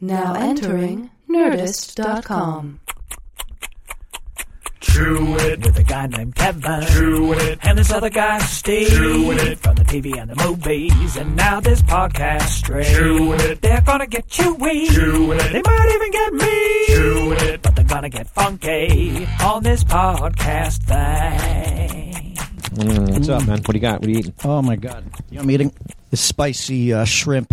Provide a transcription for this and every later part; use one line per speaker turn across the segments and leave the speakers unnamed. Now entering Nerdist.com.
Chew it.
with a guy named Kevin.
Chew it.
And this other guy, Steve.
Chew it.
From the TV and the movies. And now this podcast stream.
Chew it.
They're gonna get chewy.
Chew it.
They might even get me.
Chew it.
But they're gonna get funky on this podcast thing.
Mm, what's up, man? What do you got? What are you eating?
Oh my god! You know, I'm eating this spicy uh, shrimp,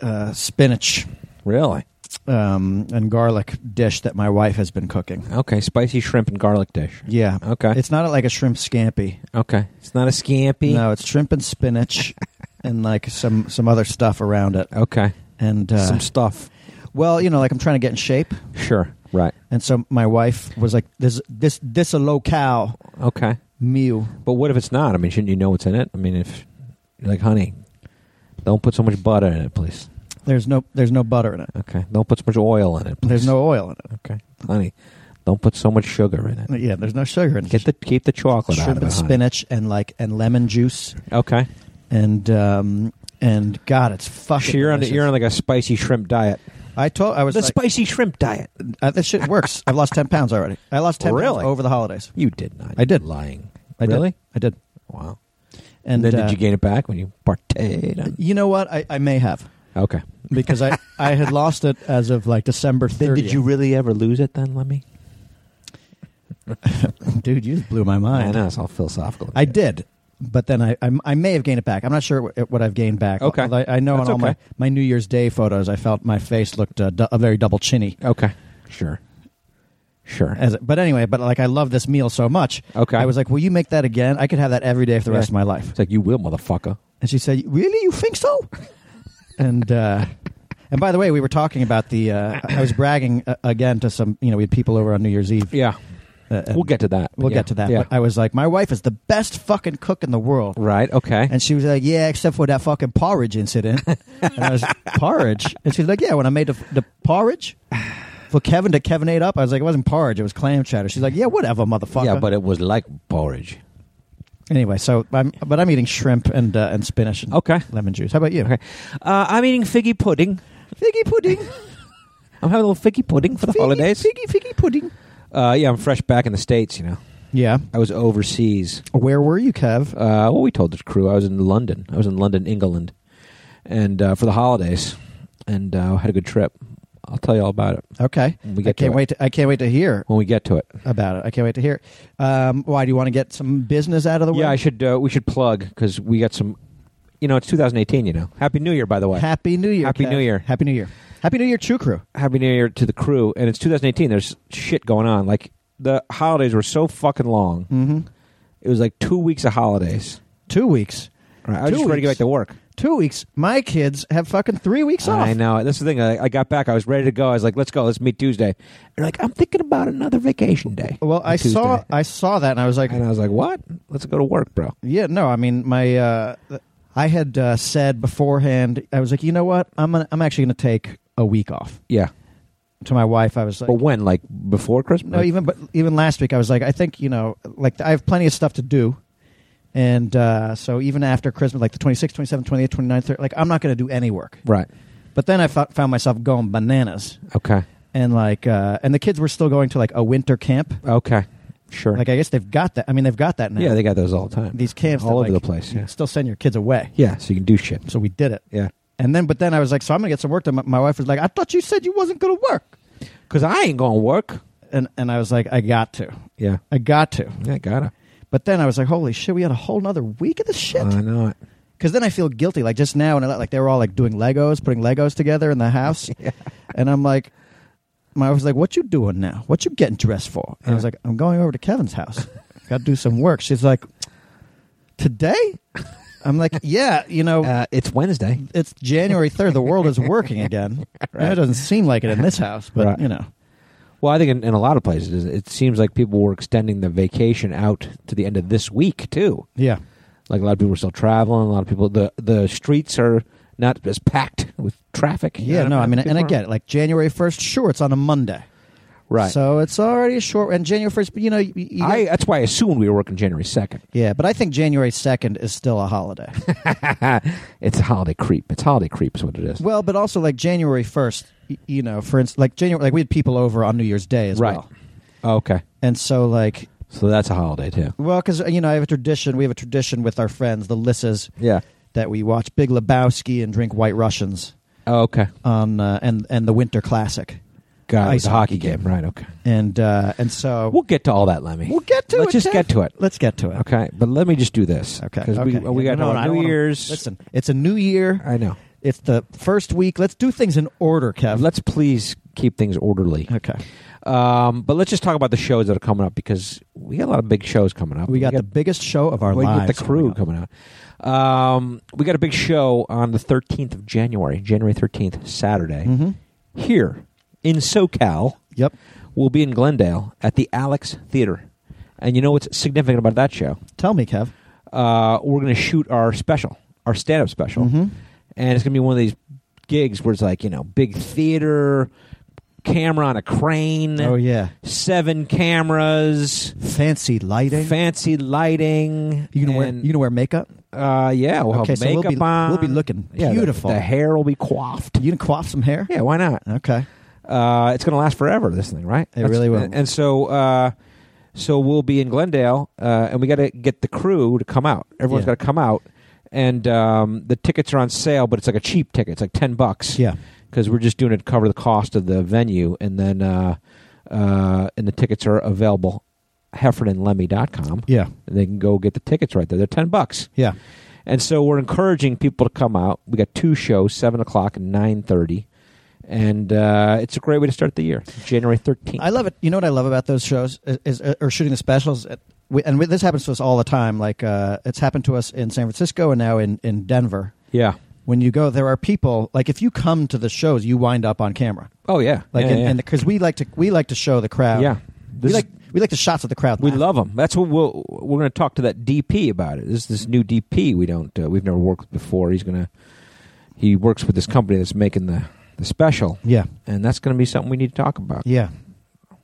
uh, spinach,
Really?
um, and garlic dish that my wife has been cooking.
Okay, spicy shrimp and garlic dish.
Yeah.
Okay.
It's not like a shrimp scampi.
Okay, it's not a scampi.
No, it's shrimp and spinach, and like some some other stuff around it.
Okay,
And uh,
Oh, some stuff.
well, you know, like I'm trying to get in shape,
Sure. Right.
and so my wife was like, "This this this a locale
Okay.
meal."
But what if it's not? I mean, shouldn't you know what's in it? I mean, if you're like, honey, don't put so much butter in it, please.
There's no there's no butter in it.
Okay. Don't put so much oil in it. Please.
There's no oil in it.
Okay, honey, don't put so much sugar in it.
Yeah, there's no sugar in it.
Get the keep the chocolate out
shrimp
of it.
and
honey.
spinach and like and lemon juice.
Okay.
and um, and God, it's fucking.
So you're on
delicious.
you're on like a spicy shrimp diet.
I told I was
The
like,
spicy shrimp diet.
uh, this shit works. I've lost ten pounds already. I lost ten pounds
Really?
over the holidays.
You did not.
I did.
Lying.
I
really?
did. I did.
Wow.
And,
And then
uh,
did you gain it back when you parted? on-
You know what? I, I may have
Okay.
because I I had lost it as of like December
Then
thirtieth.
did you really ever lose it then, Lemmy?
dude? You just blew my mind.
I know it's all philosophical.
I did. But then I, I I may have gained it back. I'm not sure what, what I've gained back.
Okay.
although I, I know
That's
on all
okay.
my, my New Year's Day photos, I felt my face looked uh, du- very double chinny.
Okay. Sure. Sure.
As but anyway, but like I love this meal so much.
Okay.
I was like, will you make that again? I could have that every day for the rest of my life.
It's like you will, motherfucker.
And she said, "Really, you think so?" and uh, and by the way, we were talking about the. Uh, I was bragging uh, again to some. You know, we had people over on New Year's Eve.
Yeah.
uh, and
We'll get to that.
We'll
Yeah.
get to that.
Yeah.
But I was like, my wife is the best fucking cook in the world.
Right. Okay.
And she was like, "Yeah, except for that fucking porridge incident." and I was porridge, and she's like, "Yeah, when I made the, the porridge for Kevin to Kevin ate up, I was like, it wasn't porridge, it was clam chowder." She's like, "Yeah, whatever, motherfucker."
yeah, but it was like porridge.
anyway, so I'm but I'm eating shrimp and uh, and spinach and
Okay.
lemon juice. How about you?
Okay. Uh, I'm eating figgy pudding.
Figgy pudding.
I'm having a little figgy pudding for the
Figgy-
holidays.
Figgy figgy pudding.
Uh, yeah, I'm fresh back in the states. You know,
Yeah.
I was overseas.
Where were you, Kev?
uh, well, we told the crew I was in London. I was in London, England, and uh, for the holidays, and uh, had a good trip. I'll tell you all about it
Okay.
We
I
get to
can't
it.
wait. To, I can't wait to hear
when we get to it.
about it. I can't wait to hear. it. Um, why do you want to get some business out of the way?
Yeah, I should. Uh, we should plug because we got some. You know, it's 2018. You know, Happy New Year, by the way.
Happy New Year.
Happy
Kev.
New Year.
Happy New Year. Happy New Year, True Crew.
Happy New Year to the crew, and it's 2018. There's shit going on. Like the holidays were so fucking long.
Mm-hmm.
It was like two weeks of holidays.
Two weeks.
Right, I was
Two
just ready to get
weeks.
back to work.
Two weeks. My kids have fucking three weeks off.
I know. That's the thing. I, I got back. I was ready to go. I was like, "Let's go. Let's meet Tuesday." And like, I'm thinking about another vacation day.
Well, I
Tuesday.
saw. I saw that, and I was like,
And I was like, "What? Let's go to work, bro."
Yeah, no, I mean my uh I had uh, said beforehand I was like, "You know what? I'm gonna, I'm actually going to take a week off."
Yeah,
To my wife, I was like,
but when? Like before Christmas?
"No, even but even last week I was like, I think, you know, like I have plenty of stuff to do." And uh, so even after Christmas, like the 26th, 27th, 28th, 29th, 30th, like I'm not going to do any work.
right?
But then I fo- found myself going bananas
Okay,
and like uh, and the kids were still going to like a winter camp.
okay, sure.
Like I guess they've got that. I mean, they've got that now.
yeah, they got those all the time.
these camps
all
that,
over
like,
the place.
you
Yeah.
Still send your kids away.
yeah, so you can do shit.
So we did it.
Yeah,
And then, but then I was like, so I'm gonna get some work done. My- My wife was like, I thought you said you wasn't gonna work.
because I ain't gonna work.
And and I was like, I got to,
Yeah,
I got to.
yeah, gotta.
But then I was like, holy shit, we had a whole nother week of this shit.
I know it.
Because then I feel guilty. Like just now, and I, like they were all like doing Legos, putting Legos together in the house, and I'm like, my wife was like, what you doing now? What you getting dressed for? And I was
Yeah.
like, I'm going over to Kevin's house. got to do some work. She's like, today? I'm like, yeah, you know.
Uh, it's Wednesday.
it's January 3rd. The world is working again. It doesn't seem like it in this house, but
Right.
you know.
Well, I think in, in a lot of places, it seems like people were extending their vacation out to the end of this week too.
Yeah.
Like a lot of people are still traveling. A lot of people the the streets are not as packed with traffic. you
Yeah,
know
no,
what
I mean, and I
People
get it. Like January 1st, sure, it's on a Monday.
are- right.
So it's already a short, and January 1st, but you know. You, you
I
know-
that's why I assumed we were working January second.
yeah, but I think January 2nd is still a holiday.
it's holiday creep. It's holiday creep is what it is.
well, but also like January 1st, y- you know, for instance, like January, like we had people over on New Year's Day as
Right.
well,
Oh, okay.
and so like,
So that's a holiday too.
well, because you know, I have a tradition. We have a tradition with our friends, the Lisses,
Yeah.
that we watch Big Lebowski and drink White Russians
Oh, okay.
on uh, and and the Winter Classic,
Got it. It's
Ice
a
hockey
hockey game.
game.
right? Okay.
and uh, and so
We'll get to all that, Lemmy.
We'll get to
Let's
it,
just
Jeff.
get to it.
let's get to it.
Okay, but let me just do this.
Okay.
Because we,
okay.
we got
No,
no,
no, I
New
wanna-
Year's.
Listen, it's a new year.
I know.
It's the first week. Let's do things in order, Kev.
Let's please keep things orderly.
okay.
Um, but let's just talk about the shows that are coming up because we got a lot of big shows coming up.
We got the biggest show of our
we got
lives.
the crew
coming up.
coming out. Um, we got a big show on the 13th of January, January 13th, Saturday,
Mhm.
here in SoCal.
Yep.
We'll be in Glendale at the Alex Theater. And you know what's significant about that show?
Tell me, Kev.
Uh, we're going to shoot our special, our stand up special.
Mhm.
And it's going to be one of these gigs where it's like, you know, big theater, camera on a crane,
Oh yeah.
seven cameras,
Fancy lighting.
fancy lighting.
you gonna wear
and-
you gonna wear makeup?
uh, yeah, we'll
Okay,
have
so we'll
makeup
be-
on.
we'll be looking
Yeah, the-
beautiful.
The, hair will be coiffed.
You gonna quaff some hair?
Yeah, why not?
Okay.
Uh, it's going to last forever. This thing, right?
It really will.
And, and so, uh, so we'll be in Glendale, uh, and we got to get the crew to come out. Everyone's
Yeah.
got to come out, and um, the tickets are on sale, but it's like a cheap ticket. It's like ten bucks.
Yeah.
because we're just doing it to cover the cost of the venue, and then uh, uh, and the tickets are available heffernanlemmy.com.
Yeah.
And they can go get the tickets right there. They're ten bucks.
Yeah.
And so we're encouraging people to come out. We got two shows, seven o'clock and nine thirty, and uh, it's a great way to start the year, January thirteenth.
I love it. You know what I love about those shows is, is uh, or shooting the specials. Uh, We, and we, this happens to us all the time. Like uh, it's happened to us in San Francisco and now in in Denver.
Yeah.
When you go, there are people like if you come to the shows, you wind up on camera.
Oh yeah.
Like
yeah,
and
yeah.
and because we like to we like to show the crowd.
Yeah.
we
This-
like we like the shots of the crowd.
we
laughing.
love them. That's what we'll, we're going to talk to that DP about it. This this new DP we don't uh, we've never worked with before. He's going to he works with this company that's making the the special,
Yeah,
and that's going to be something we need to talk about.
yeah.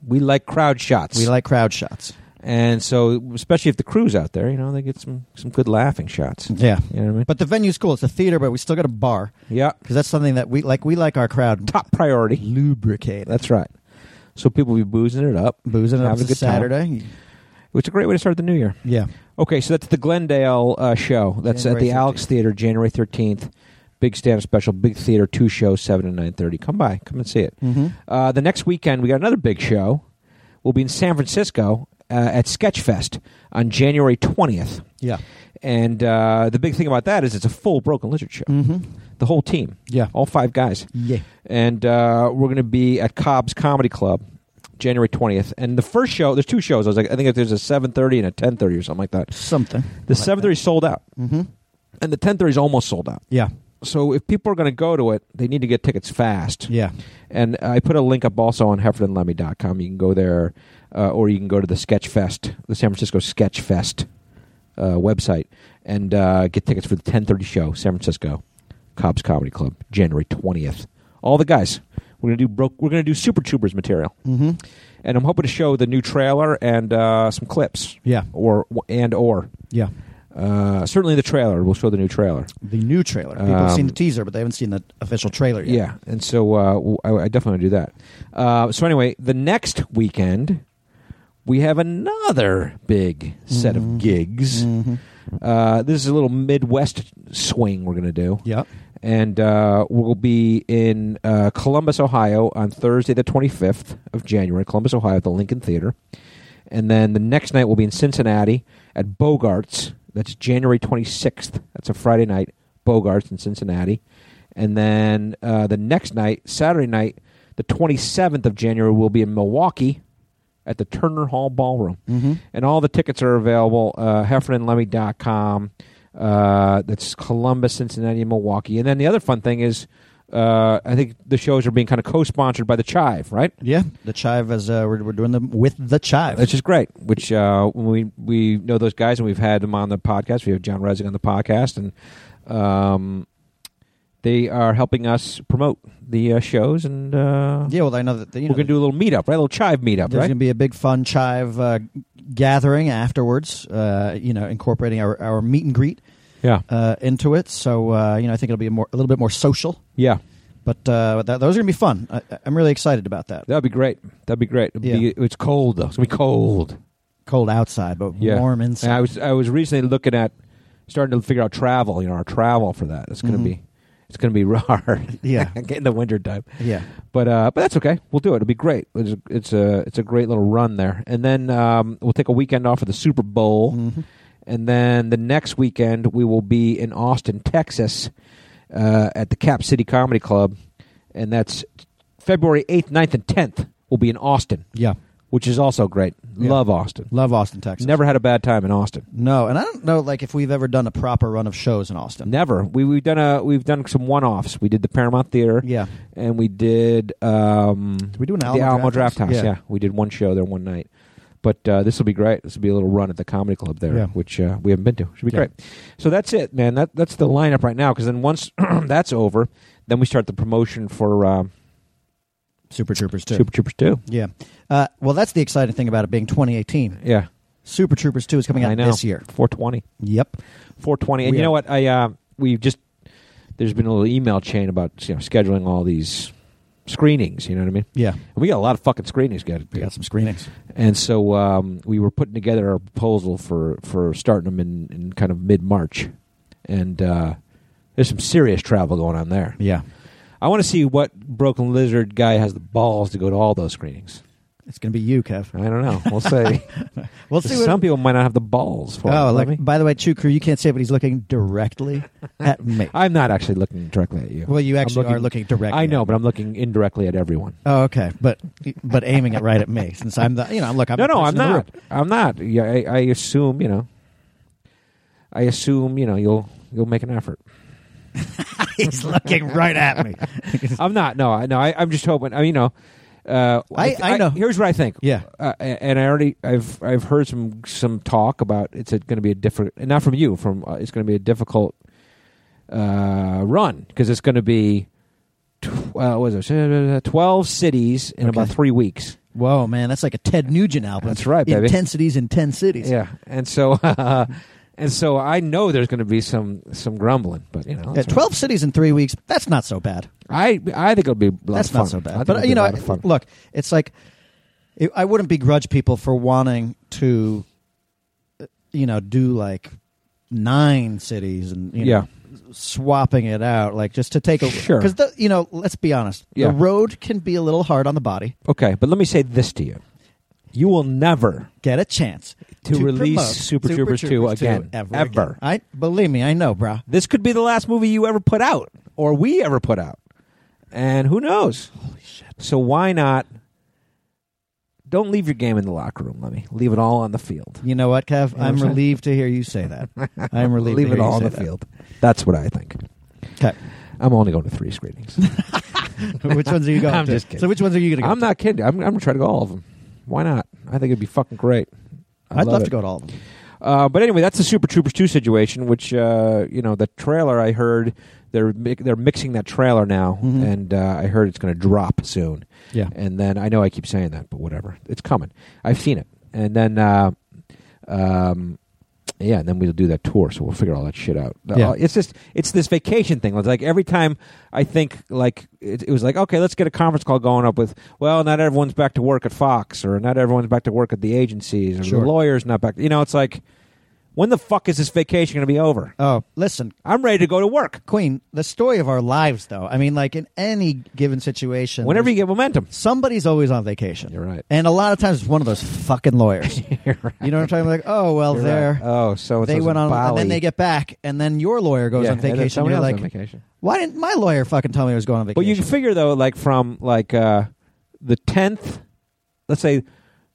We like crowd shots.
We like crowd shots.
and so especially if the crew's out there, you know, they get some some good laughing shots.
Yeah,
You know what I mean?
but the venue's cool. It's a theater, but we still got a bar
yeah.
because that's something that we like. We like our crowd
top priority.
lubricated.
That's right. So people will be boozing it up,
boozing it up
Have a
it's a
good time.
Saturday.
which is a great way to start the new year.
Yeah,
Okay, so that's the Glendale uh, show. That's at
January
the Alex Theater, January thirteenth. Big stand special, big theater, two shows, seven and nine thirty. Come by, come and see it.
mm-hmm.
Uh, the next weekend, we got another big show. We'll be in San Francisco uh, at Sketchfest on January twentieth,
yeah,
and uh, the big thing about that is it's a full Broken Lizard show.
mm-hmm.
The whole team,
yeah,
all five guys.
yeah.
and uh, we're going to be at Cobb's Comedy Club January 20th. And the first show, there's two shows. I was like, I think there's a 7:30 and a 10:30 or something like that.
Something.
The 7:30 is sold out,
Mm-hmm.
and the 10:30 is almost sold out.
Yeah,
So if people are going to go to it, they need to get tickets fast.
yeah,
And I put a link up also on heffernanlemmy.com. You can go there, uh, or you can go to the Sketch Fest, the San Francisco Sketch Fest uh, website, and uh, get tickets for the 10:30 show, San Francisco, Cobb's Comedy Club, January 20th. All the guys. We're gonna do broke. We're gonna do Super Troopers material,
mm-hmm.
and I'm hoping to show the new trailer and uh, some clips,
yeah,
or and or
yeah.
uh, certainly the trailer. We'll show the new trailer.
The new trailer. People have seen
Um,
the teaser, but they haven't seen the official trailer yet.
Yeah, and so uh, w- I, I definitely want to do that. Uh, so anyway, the next weekend we have another big set of gigs.
Mm-hmm.
Uh, this is a little Midwest swing we're going to do,
Yeah.
and uh, we'll be in uh, Columbus, Ohio, on Thursday, the twenty fifth of January, Columbus, Ohio, at the Lincoln Theater, and then the next night we'll be in Cincinnati at Bogarts. That's January twenty sixth. That's a Friday night, Bogarts in Cincinnati. And then uh, the next night, Saturday night, the 27th of January, we'll be in Milwaukee at the Turner Hall Ballroom.
Mm-hmm.
And all the tickets are available uh, heffernanlemmy.com. Uh, that's Columbus, Cincinnati, and Milwaukee. And then the other fun thing is uh, I think the shows are being kind of co sponsored by the Chive, right?
Yeah. The chive is uh, we're, we're doing them with the chive.
Which is great. Which uh, we we know those guys, and we've had them on the podcast. We have John Resig on the podcast, and um, they are helping us promote the uh, shows. And uh,
yeah. Well, I know that you know,
we're gonna do a little meetup, right? A little chive meetup,
There's
right?
going to be a big fun chive uh, gathering afterwards. Uh, you know, incorporating our, our meet and greet
yeah,
uh, into it. So uh, you know, I think it'll be a more a little bit more social.
yeah.
But uh, that, those are gonna be fun. I, I'm really excited about that.
That'd be great. That'd be great. It'd be-
Yeah.
it's cold though. It's gonna be cold.
Cold outside, but
Yeah,
warm
And I
inside.
was I was recently looking at starting to figure out travel. You know, our travel for that. It's gonna
Mhm.
be it's gonna be hard.
Yeah.
in the winter time.
yeah,
But uh, but that's okay. We'll do it. It'll be great. It's a it's a, it's a great little run there. And then um, we'll take a weekend off for the Super Bowl.
Mhm.
And then the next weekend we will be in Austin, Texas, uh, at the Cap City Comedy Club, and that's February eighth, 9th, and tenth. We'll be in Austin,
yeah.
which is also great.
Yeah.
Love Austin.
Love Austin, Texas.
Never had a bad time in Austin.
No, and I don't know like if we've ever done a proper run of shows in Austin.
Never. We we've done a we've done some one offs. We did the Paramount Theater.
Yeah.
and we did um
we do an
the
Alamo
Alamo
Draft
Draft,
House?
House.
Yeah.
Yeah. we did one show there one night. But uh, this will be great. This will be a little run at the comedy club there,
Yeah.
which uh, we haven't been to. Should be
Yeah.
great. So that's it, man. That that's the lineup right now. Because then once that's over, then we start the promotion for um,
Super Troopers too.
Super Troopers Two.
Yeah. Uh, well, that's the exciting thing about it being 2018.
Yeah,
Super Troopers 2 is coming
I
out
know.
this year.
four twenty,
Yep.
four twenty. And
We
you know
are-
what? I uh, we just there's been a little email chain about you know scheduling all these screenings. You know what I mean?
Yeah.
And we got a lot of fucking screenings, guys.
We got some screenings.
And so um, we were putting together our proposal for, for starting them in, in kind of mid March. And uh, there's some serious travel going on there.
Yeah.
I want to see what Broken Lizard guy has the balls to go to all those screenings.
It's going to be you, Kev.
I don't know. We'll see.
We'll see what
Uh, some people might not have the balls for
Oh,
it.
like,
Let me-
by the way, Chew Crew, you can't say, it, but he's looking directly at me.
I'm not actually looking directly at you.
well, you
I'm
actually are looking directly.
I know,
at
but I'm looking indirectly at everyone.
Oh, okay, but but aiming it right at me since I'm the you know look I'm
no,
the
no, I'm
person in the
not. I'm not. Yeah, I, I assume you know. I assume you know you'll you'll make an effort.
room. He's looking right at me.
I'm not. No, I no. I, I'm just hoping. I mean, you know, uh,
I- I know.
Here's what I think.
Yeah.
uh, and I already I've I've heard some some talk about it's going to be a different not from you from uh, it's going to be a difficult uh, run because it's going to be tw- uh, what was it uh, twelve cities in about
Okay.
three weeks.
Whoa, man, that's like a Ted Nugent album.
That's right, baby.
Intensities in ten cities.
Yeah, and so and so I know there's going to be some some grumbling, but you know,
Yeah,
that's all
twelve cities in three weeks. That's not so bad.
right. I I think it'll be a lot
That's
of fun.
not so
I think
bad.
it'll
But uh,
be
you
a
know,
lot of fun.
look, it's like it, I wouldn't begrudge people for wanting to, uh, you know, do like nine cities and you know,
yeah,
swapping it out, like just to take a
Sure.
Because you know, let's be honest,
Yeah.
the road can be a little hard on the body.
okay, but let me say this to you: you will never
Get a chance
To release
promote
Super Troopers 2 again.
ever,
Ever.
again. I believe me, I know, brah.
this could be the last movie you ever put out or we ever put out and who knows holy shit so why not don't leave your game in the locker room let me leave it all on the field
You know what, Kev?
know
I'm
what I'm
relieved to hear you say that. I'm relieved.
leave
to
it
hear you
all on
say
the field that's what i think
that.
i'm only going to three screenings
Okay. which ones are you going
I'm
to?
just kidding.
So which ones are you going to go?
i'm
to?
not kidding i'm, I'm going to try to go all of them why not i think it'd be fucking great I
I'd love
it.
to go to all of them.
Uh, but anyway, that's the Super Troopers two situation. Which uh, you know, the trailer I heard they're mi- they're mixing that trailer now,
Mhm.
and uh, I heard it's going to drop soon.
Yeah.
and then I know I keep saying that, but whatever, it's coming. I've seen it, and then uh, um, yeah, and then we'll do that tour. So we'll figure all that shit out.
Yeah.
Uh, it's just it's this vacation thing. It's like every time I think like it, it was like okay, let's get a conference call going up with. Well, not everyone's back to work at Fox, or not everyone's back to work at the agencies, or
Sure.
the lawyers not back. You know, it's like when the fuck is this vacation going to be over?
Oh, listen,
I'm ready to go to work.
Queen. The story of our lives, though. I mean, like in any given situation,
Whenever you get momentum,
somebody's always on vacation.
You're right.
And a lot of times it's one of those fucking lawyers. You know what I'm talking about? Like, oh, well,
You're
they're.
right. Oh, so
they went on, and then they get back, and then your lawyer goes on vacation.
Someone
You're
else
like,
on vacation.
why didn't my lawyer fucking tell me I was going on
But
vacation?
you can figure though, like from like uh, the tenth, let's say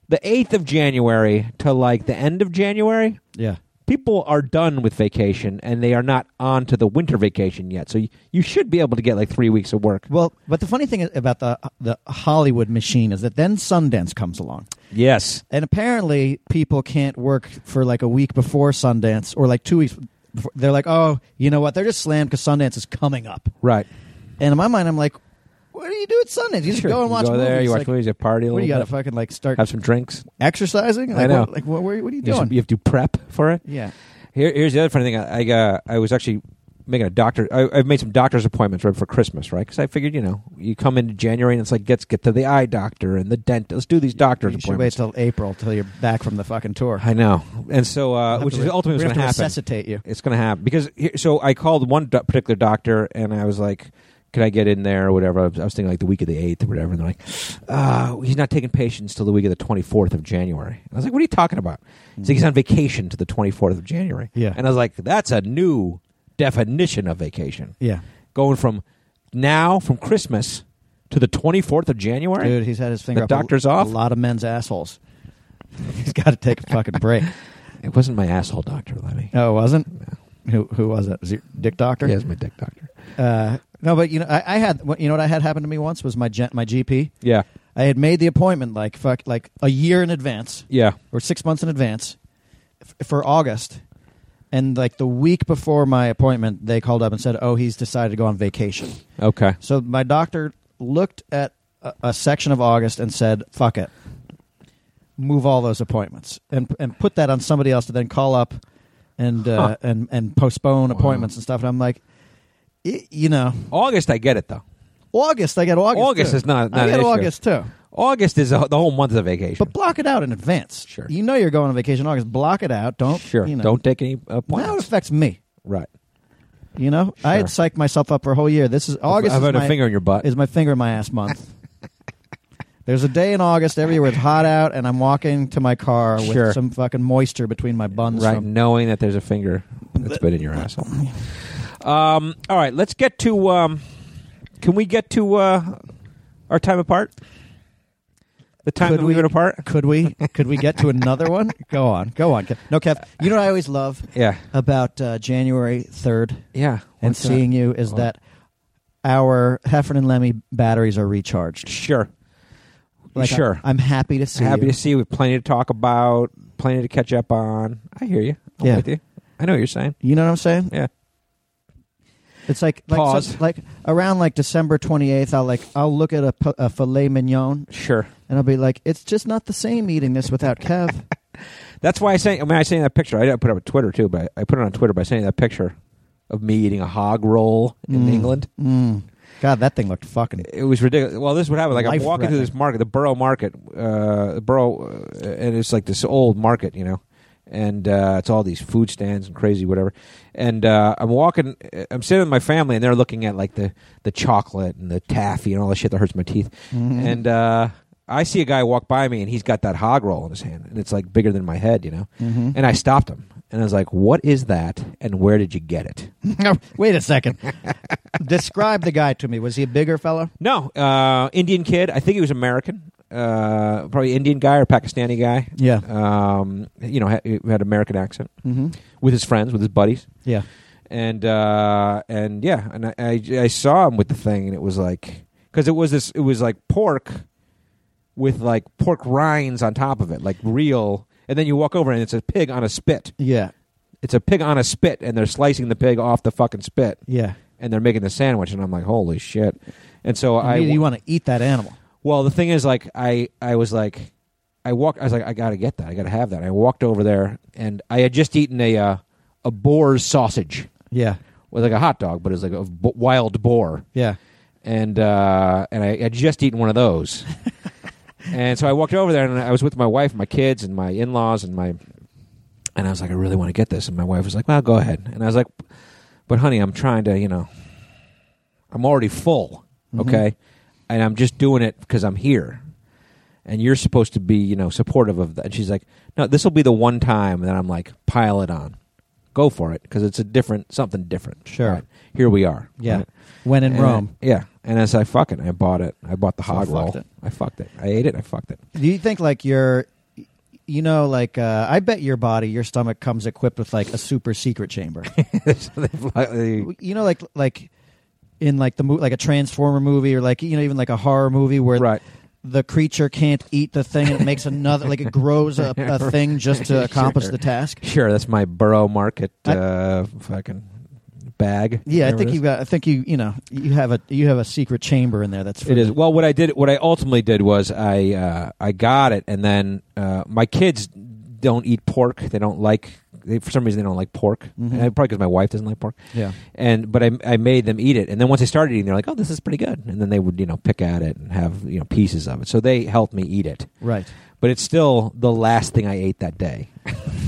the eighth of January to like the end of January,
yeah,
people are done with vacation and they are not on to the winter vacation yet. So you, you should be able to get like three weeks of work.
well, but the funny thing about the the Hollywood machine is that then Sundance comes along,
Yes,
and apparently people can't work for like a week before Sundance or like two weeks. Before. They're like, oh, you know what? They're just slammed because Sundance is coming up.
right.
And in my mind, I'm like, what do you do at Sundance? You just
Sure.
go and watch
you go
movies.
there. You watch
Like,
movies. You party a
What
little
do you got to
bit.
fucking like start
have some drinks.
exercising? Like,
know.
What, like what, what are you
You,
doing?
should- you have to prep for it.
yeah.
Here, here's the other funny thing. I I, uh, I was actually making a doctor. I, I've made some doctor's appointments right for Christmas, right? Because I figured, you know, you come into January and it's like let's get to the eye doctor and the dentist. Let's do these doctor's
You should wait
appointments.
till April till you're back from the fucking tour.
I know, and so uh, which is ultimately
we're
what's going to
gonna have to
happen.
resuscitate you.
It's going to happen because here- so I called one do- particular doctor and I was like, "Can I get in there or whatever?" I was, I was thinking like the week of the eighth or whatever, and they're like, uh, "He's not taking patients till the week of the twenty fourth of January." And I was like, "What are you talking about?" He's like, "He's on vacation to the twenty fourth of January."
Yeah.
and I was like, "That's a new definition of vacation."
Yeah,
Going from now from Christmas to the twenty fourth of January.
dude, he's had his finger.
The
up a-
doctor's off?
A lot of men's assholes. he's got to take a fucking break.
It wasn't my asshole doctor, Lenny.
No, it wasn't. Who who was it? Was it your dick doctor?
Yeah, it was my dick doctor.
Uh, no, but you know, I, I had what- you know what I had happen to me once was my gen- my GP.
Yeah,
I had made the appointment like fuck like a year in advance
yeah.
or six months in advance f- for August, and like the week before my appointment, they called up and said, "Oh, he's decided to go on vacation."
Okay.
So my doctor looked at a, a section of August and said, "Fuck it, move all those appointments and and put that on somebody else to then call up and uh,
Huh.
and and postpone appointments and stuff." And I'm like, "Y- you know,
August, I get it though.
August I got August.
August
too.
is not-
I
not
got
an issue.
August too,
August is a, the whole month of vacation.
but block it out in advance.
Sure.
you know you're going on vacation in August. Block it out. Don't
sure,
Oh, You know,
don't take any
Now it
appointments.
affects me.
right.
You know, I had psyched myself up for a whole year. This is August.
I've
is
had
my-
a finger in your butt.
is my finger in my ass month. There's a day in August every year where it's hot out, and I'm walking to my car with
Sure.
some fucking moisture between my buns.
right,
from-
knowing that there's a finger that's been in your ass. Um. All right, let's get to. Um, can we get to uh, our time apart? The time
Could
that we've
we-
been apart.
Could we? Could we get to another one? Go on, go on. Kev. No, Kev. You know what I always love
Yeah.
about uh, January third
Yeah.
and
What's that?
seeing you is
What?
that our Heffernan Lemmy batteries are recharged.
Sure.
Like, I-
sure.
I'm happy to see.
Happy to
you.
see you. We have plenty to talk about. Plenty to catch up on. I hear you. I'm
Yeah.
with you. I know what you're saying.
You know what I'm saying?
Yeah.
It's like like,
Pause.
so- like around like December 28th. I'll like I'll look at a, p- a filet mignon
Sure.
and I'll be like, it's just not the same eating this without Kev.
That's why I sent. I mean, I sent you that picture. I didn't put it up on Twitter too, but I put it on Twitter by sending that picture of me eating a hog roll in
Mm.
England.
Mm. God, that thing looked fucking.
It was ridiculous. Well, this would happen. Like I'm walking through
Life-threatening.
this market, the Borough Market, uh, the Borough, uh, and it's like this old market, you know, and uh, it's all these food stands and crazy whatever. And uh, I'm walking. I'm sitting with my family, and they're looking at like the the chocolate and the taffy and all the shit that hurts my teeth.
Mm-hmm. Mm.
And uh, I see a guy walk by me, and he's got that hog roll in his hand, and it's like bigger than my head, you know.
Mhm.
And I stopped him and I was like, What is that and where did you get it?
Oh, Wait a second. Describe the guy to me. Was he a bigger fellow?
No, uh, Indian kid. I think he was American, uh, probably Indian guy or Pakistani guy.
Yeah.
Um, you know, ha- he had American accent
Mm-hmm.
with his friends, with his buddies.
Yeah.
And, uh, and yeah, and I, I, I saw him with the thing and it was like, because it was this, it was like pork with like pork rinds on top of it, like real. And then you walk over and it's a pig on a spit.
Yeah.
It's a pig on a spit and they're slicing the pig off the fucking spit.
Yeah.
and they're making the sandwich and I'm like, holy shit. And so I,
I you want to eat that animal.
well, the thing is like, I, I was like, I walked, I was like, I gotta get that. I gotta have that. I walked over there and I had just eaten a, uh, a boar's sausage
Yeah.
with like a hot dog, but it was like a b- wild boar.
Yeah.
And, uh, and I had just eaten one of those. and so I walked over there and I was with my wife, my kids and my in-laws and my, and I was like, I really want to get this. And my wife was like, well, go ahead. And I was like, but honey, I'm trying to, you know, I'm already full,
Mm-hmm.
okay? And I'm just doing it because I'm here. And you're supposed to be, you know, supportive of that. And she's like, no, this will be the one time that I'm like, pile it on. Go for it because it's a different, something different.
Sure.
Here we are.
Yeah.
Right?
When in
And-
Rome.
yeah. And as I fuck it, I bought it. I bought the
So I
hog roll.
fucked it.
I fucked it. I ate it. I fucked it.
Do you think like your, you know, like uh, I bet your body, your stomach comes equipped with like a super secret chamber.
So they-
you know, like like in like the mo- like a transformer movie or like you know even like a horror movie where
right.
the creature can't eat the thing and it makes another like it grows a, a thing just to accomplish
Sure.
the task.
Sure. That's my borough market
I-
uh, fucking bag.
Yeah, I
whatever it
think
is.
you got. I think you you know you have a you have a secret chamber in there. That's for
It is
the-
well. What I did, what I ultimately did was I uh, I got it, and then uh, my kids don't eat pork. They don't like they, for some reason they don't like pork. And probably because my wife doesn't like pork.
Mm-hmm. Yeah.
And but I I made them eat it, and then once they started eating, they're like, oh, this is pretty good, and then they would you know pick at it and have you know pieces of it. So they helped me eat it,
Right.
but it's still the last thing I ate that day.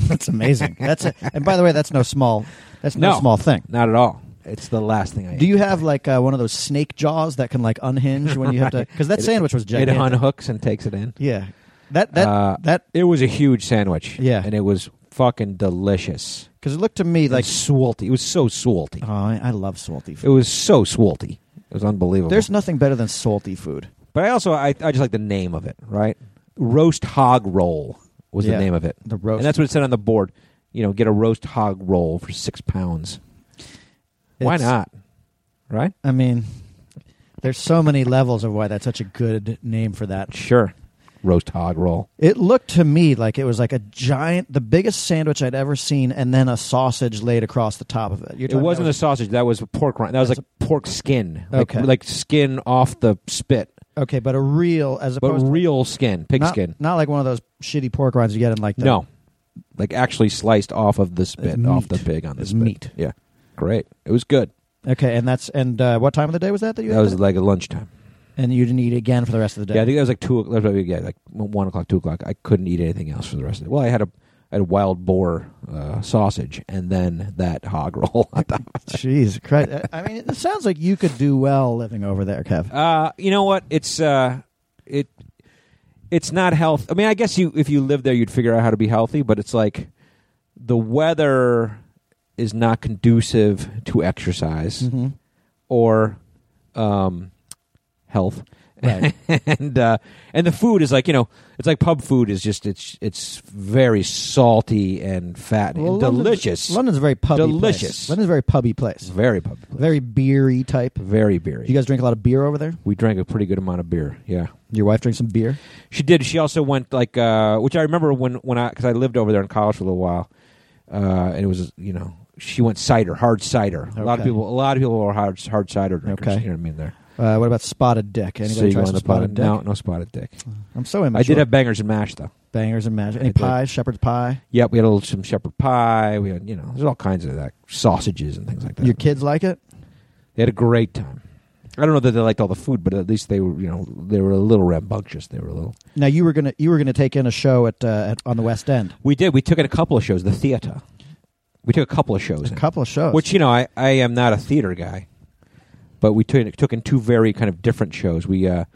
That's amazing. That's a, and by the way, that's no small. That's no,
No.
small thing.
Not at all. It's the last thing I ate.
Do you have like uh, one of those snake jaws that can like unhinge when you have to? Because that
It-
sandwich was
it
gigantic.
unhooks and takes it in.
yeah. That that
Uh,
that
It was a huge sandwich.
Yeah.
And it was fucking delicious.
because it looked to me
Like
like
salty. It was so salty.
oh, I, I love salty
It
food.
was so salty. It was unbelievable.
There's nothing better than salty food.
but I also I, I just like the name of it, right? Roast hog roll was
Yeah.
the name of it.
The roast.
And that's what it said on the board. You know, get a roast hog roll for six pounds. Why
It's-
not? Right?
I mean, there's so many levels of why that's such a good name for that.
Sure. Roast hog roll.
It looked to me like it was like a giant, the biggest sandwich I'd ever seen, and then a sausage laid across the top of it. You're
It
talking-
wasn't
that
a sausage. That was pork rind. That was like
That's
pork skin. Like,
Okay.
Like skin off the spit,
was- okay, but a real as
but
opposed to-
real skin, pig
not,
skin.
not like one of those shitty pork rinds you get in like the,
No, like actually sliced off of the spit,
It's
off the
meat.
pig on the
It's
spit.
meat.
Yeah, great. It was good.
Okay, and that's and uh, what time of the day was that that you
That
had
was like at lunchtime.
and you didn't eat again for the rest of the day.
Yeah, I think that was like two. That was probably, yeah, like one o'clock, two o'clock. I couldn't eat anything else for the rest of it. Well, I had a, I had a wild boar uh, sausage and then that hog roll. on top.
Jeez, Christ. Uh, I- I mean, it sounds like you could do well living over there, Kev.
uh, you know what? It's uh, it, it's not health. I mean, I guess you if you live there, you'd figure out how to be healthy. But it's like the weather is not conducive to exercise.
Mhm.
or um, health.
Right.
and uh, and the food is like you know it's like pub food is just it's it's very salty and fat
Well,
and
London's-
delicious.
London's a very pubby.
Delicious.
Place. London's a very pubby place.
It's very pub,
Very beery type.
very beery.
You guys drink a lot of beer over there.
we drank a pretty good amount of beer. Yeah,
Your wife drinks some beer.
she did. She also went like uh, which I remember when when I because I lived over there in college for a little while, uh, and it was you know she went cider, hard cider. A lot of
Okay.
people, a lot of people are hard hard cider drinkers.
Okay.
You know what I mean? There.
Uh, what about spotted dick? Anybody
so you go on
tries to
the
spotted
spotted.
dick?
No, no spotted dick.
I'm so immature.
I did have bangers and mash though.
bangers and mash.
I
Any
did.
pie? Shepherd's pie.
Yep, we had a little, some shepherd pie. We had, you know, there's all kinds of that sausages and things like that.
Your kids like it?
They had a great time. I don't know that they liked all the food, but at least they were, you know, they were a little rambunctious. They were a little.
Now you were gonna you were gonna take in a show at, uh, at on the West End.
We did. We took in a couple of shows. The theater. We took a couple of shows.
A
in.
couple of shows.
Which you know, I, I am not a theater guy, but we took took in two very kind of different shows. We, uh,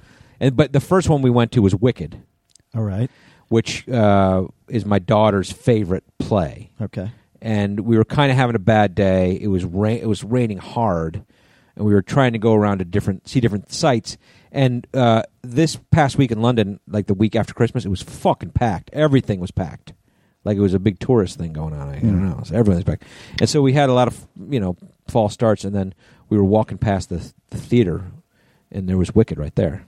and but the first one we went to was Wicked,
all right.
which uh, is my daughter's favorite play.
Okay.
and we were kind of having a bad day. It was rain. It was raining hard, and we were trying to go around to different see different sites. And uh, this past week in London, like the week after Christmas, it was fucking packed. Everything was packed. Like it was a big tourist thing going on. I, I don't know. So everyone's packed, and so we had a lot of you know false starts. And then we were walking past the, the theater, and there was Wicked right there,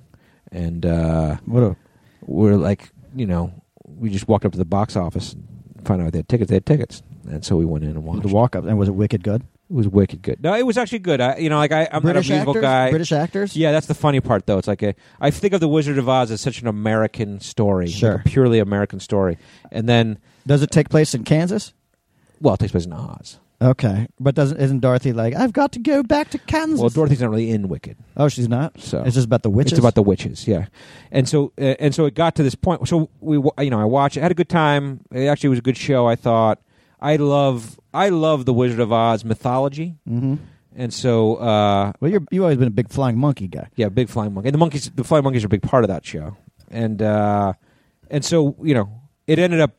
and. Uh,
What a
we're like, you know, we just walked up to the box office and found out they had tickets. They had tickets, and so we went in and watched.
the walk up and was it wicked good?
it was wicked good. No, it was actually good. I, you know, like I, I'm
British
not a musical
actors?
guy.
British actors?
Yeah, that's the funny part, though. It's like a, I think of the Wizard of Oz as such an American story, like
Sure.
a purely American story, and then
Does it take place in Kansas?
well, it takes place in Oz.
Okay. But doesn't isn't Dorothy like, I've got to go back to Kansas?
Well, Dorothy's not really in Wicked.
oh, she's not?
So-
it's just about the witches.
It's about the witches, yeah. And so uh, and so it got to this point. So we wa- you know I watched. it, had a good time. It actually was a good show. I thought I love I love the Wizard of Oz mythology,
hmm
and so uh,
Well you're you've always been a big flying monkey guy.
yeah, big flying monkey. And the monkeys, the flying monkeys are a big part of that show, and uh, and so you know it ended up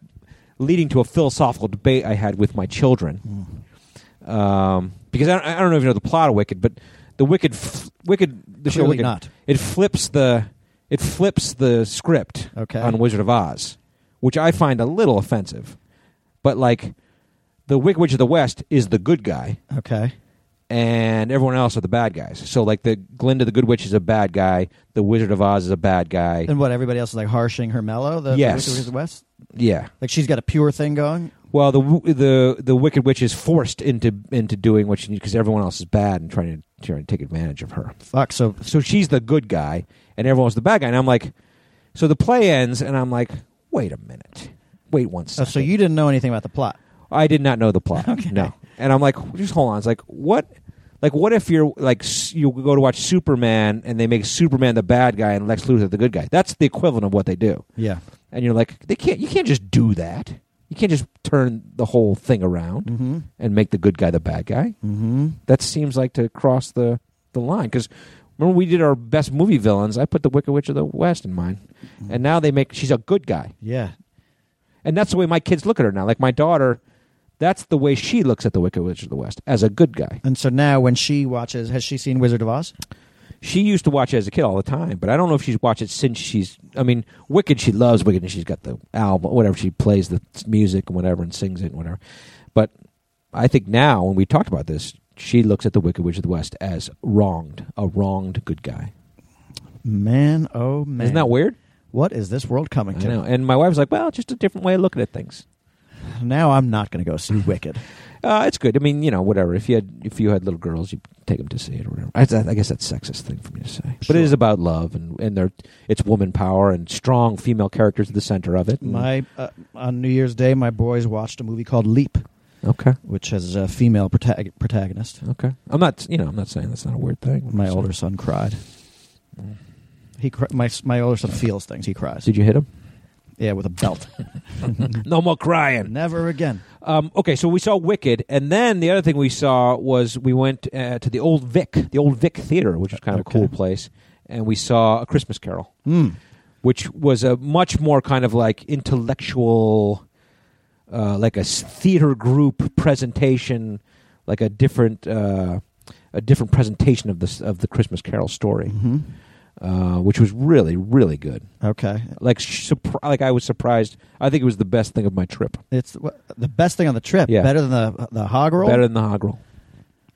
leading to a philosophical debate I had with my children.
Mm.
Um, because I, I don't know if you know the plot of Wicked, but the Wicked, f- Wicked, the show
Clearly
Wicked,
not.
it flips the it flips the script
Okay.
on Wizard of Oz, which I find a little offensive. But like the Wicked Witch of the West is the good guy,
Okay.
and everyone else are the bad guys. So like the Glinda the Good Witch is a bad guy, the Wizard of Oz is a bad guy.
And what everybody else is like harshing her mellow, the, the
Yes.
Wicked Witch of the West?
yeah.
Like she's got a pure thing going?
Well, the w- the the Wicked Witch is forced into into doing what she needs because everyone else is bad and trying to trying to take advantage of her.
Fuck, so
So she's the good guy, and everyone's the bad guy. And I'm like, so the play ends, and I'm like, wait a minute, wait one
oh,
second.
so you didn't know anything about the plot.
I did not know the plot. No, and I'm like, just hold on. It's like what, like what if you're like s- you go to watch Superman and they make Superman the bad guy and Lex Luthor the good guy? That's the equivalent of what they do.
Yeah.
And you're like, they can't. You can't just do that. You can't just turn the whole thing around
Mm-hmm.
and make the good guy the bad guy.
Mm-hmm.
That seems like to cross the the line because. Remember, we did our best movie villains. I put the Wicked Witch of the West in mine, and now they make she's a good guy.
Yeah.
And that's the way my kids look at her now. Like my daughter, that's the way she looks at the Wicked Witch of the West as a good guy.
And so now, when she watches, has she seen Wizard of Oz?
She used to watch it as a kid all the time, but I don't know if she's watched it since she's. I mean, Wicked, she loves Wicked, and she's got the album, whatever. She plays the music and whatever, and sings it and whatever. But I think now, when we talked about this, she looks at the Wicked Witch of the West as wronged, a wronged good guy.
Man, oh man!
Isn't that weird?
what is this world coming
I
to?
know. And my wife's like, well, just a different way of looking at things.
Now I'm not going to go see Wicked.
Uh, it's good. I mean, you know, whatever. If you had if you had little girls, you would take them to see it or whatever. I, I guess that's sexist thing for me to say, but
Sure.
it is about love and and there it's woman power and strong female characters at the center of it. And-
My uh, on New Year's Day, my boys watched a movie called Leap,
okay,
which has a female protag- protagonist.
okay. I'm not you know I'm not saying that's not a weird thing.
My
So-
older son cried. He cri- my my older son feels things. He cries.
Did you hit him?
Yeah, with a belt. Mm-hmm.
No more crying.
Never again.
Um, okay, so we saw Wicked, and then the other thing we saw was we went uh, to the Old Vic, the Old Vic Theater, which is kind of
Okay.
a cool place, and we saw A Christmas Carol.
Hmm.
which was a much more kind of like intellectual, uh, like a s- theater group presentation, like a different uh, a different presentation of this of the Christmas Carol story,
hmm
uh, which was really really good.
Okay.
Like surpri- like I was surprised. I think it was the best thing of my trip,
It's wha- the best thing on the trip.
Yeah.
Better than the the hog roll.
better than the hog roll.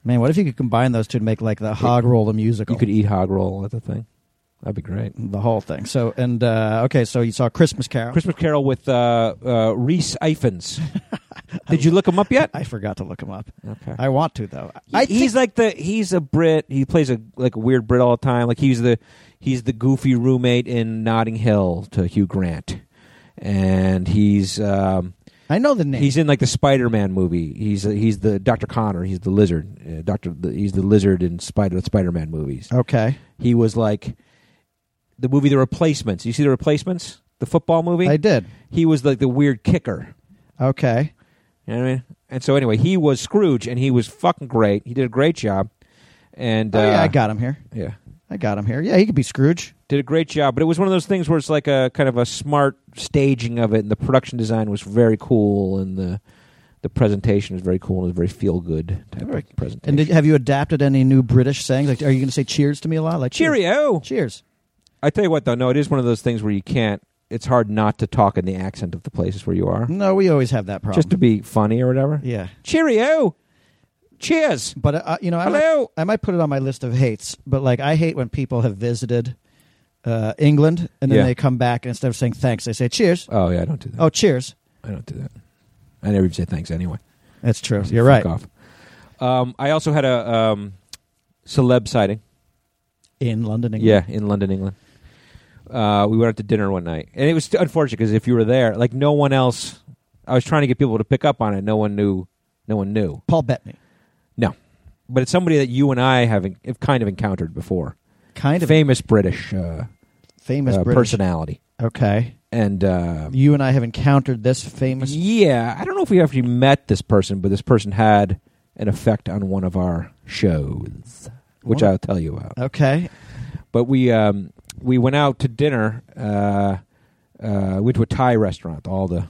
Man, what if you could combine those two to make like the hog roll a musical?
You could eat hog roll at the thing. That'd be great.
the whole thing. So and uh, okay, so you saw Christmas Carol.
Christmas Carol with uh, uh, Reese Ifans. Did you look him up yet?
I forgot to look him up.
Okay.
I want to though.
I
I
he's like the he's a Brit. He plays a like a weird Brit all the time. Like he's the he's the goofy roommate in Notting Hill to Hugh Grant, and he's um,
I know the name.
he's in like the Spider Man movie. He's he's the Doctor Connor. He's the lizard. Uh, Doctor the, he's the lizard in Spider Spider Man movies.
okay.
He was like the movie The Replacements. You see The Replacements, the football movie.
I did.
he was like the weird kicker.
Okay.
You know what I mean? And so anyway, he was Scrooge, and he was fucking great. He did a great job. And
oh yeah,
uh,
I got him here.
yeah.
I got him here. Yeah, he could be Scrooge.
Did a great job, but it was one of those things where it's like a kind of a smart staging of it, and the production design was very cool, and the the presentation was very cool, and it was very feel good type
Very-
of presentation.
And did, have you adapted any new British sayings? Like, are you going to say "Cheers" to me a lot? Like
Cheerio!
Cheers.
I tell you what, though, no, it is one of those things where you can't. It's hard not to talk in the accent of the places where you are,
No, we always have that problem.
just to be funny or whatever.
yeah.
Cheerio! Cheers!
But uh, you know, I might,
Hello!
I might put it on my list of hates. But like, I hate when people have visited uh, England and then
Yeah.
they come back and instead of saying thanks, they say cheers.
Oh yeah, I don't do that.
Oh, cheers.
I don't do that. I never even say thanks anyway.
That's true. You're
Fuck
right.
off. Um, I also had a um, celeb sighting.
In London, England.
Yeah, in London, England. Uh, we went out to dinner one night, and it was unfortunate because if you were there, like no one else, I was trying to get people to pick up on it. No one knew. No one knew.
Paul Bettany.
No, but it's somebody that you and I have, en- have kind of encountered before.
Kind of
Famous British, uh,
famous
uh,
British.
personality,
Okay.
and uh,
You and I have encountered this famous.
yeah, I don't know if we actually met this person, but this person had an effect on one of our shows, which
What?
I'll tell you about.
Okay.
but we um, we went out to dinner. Uh, uh, went to a Thai restaurant. All the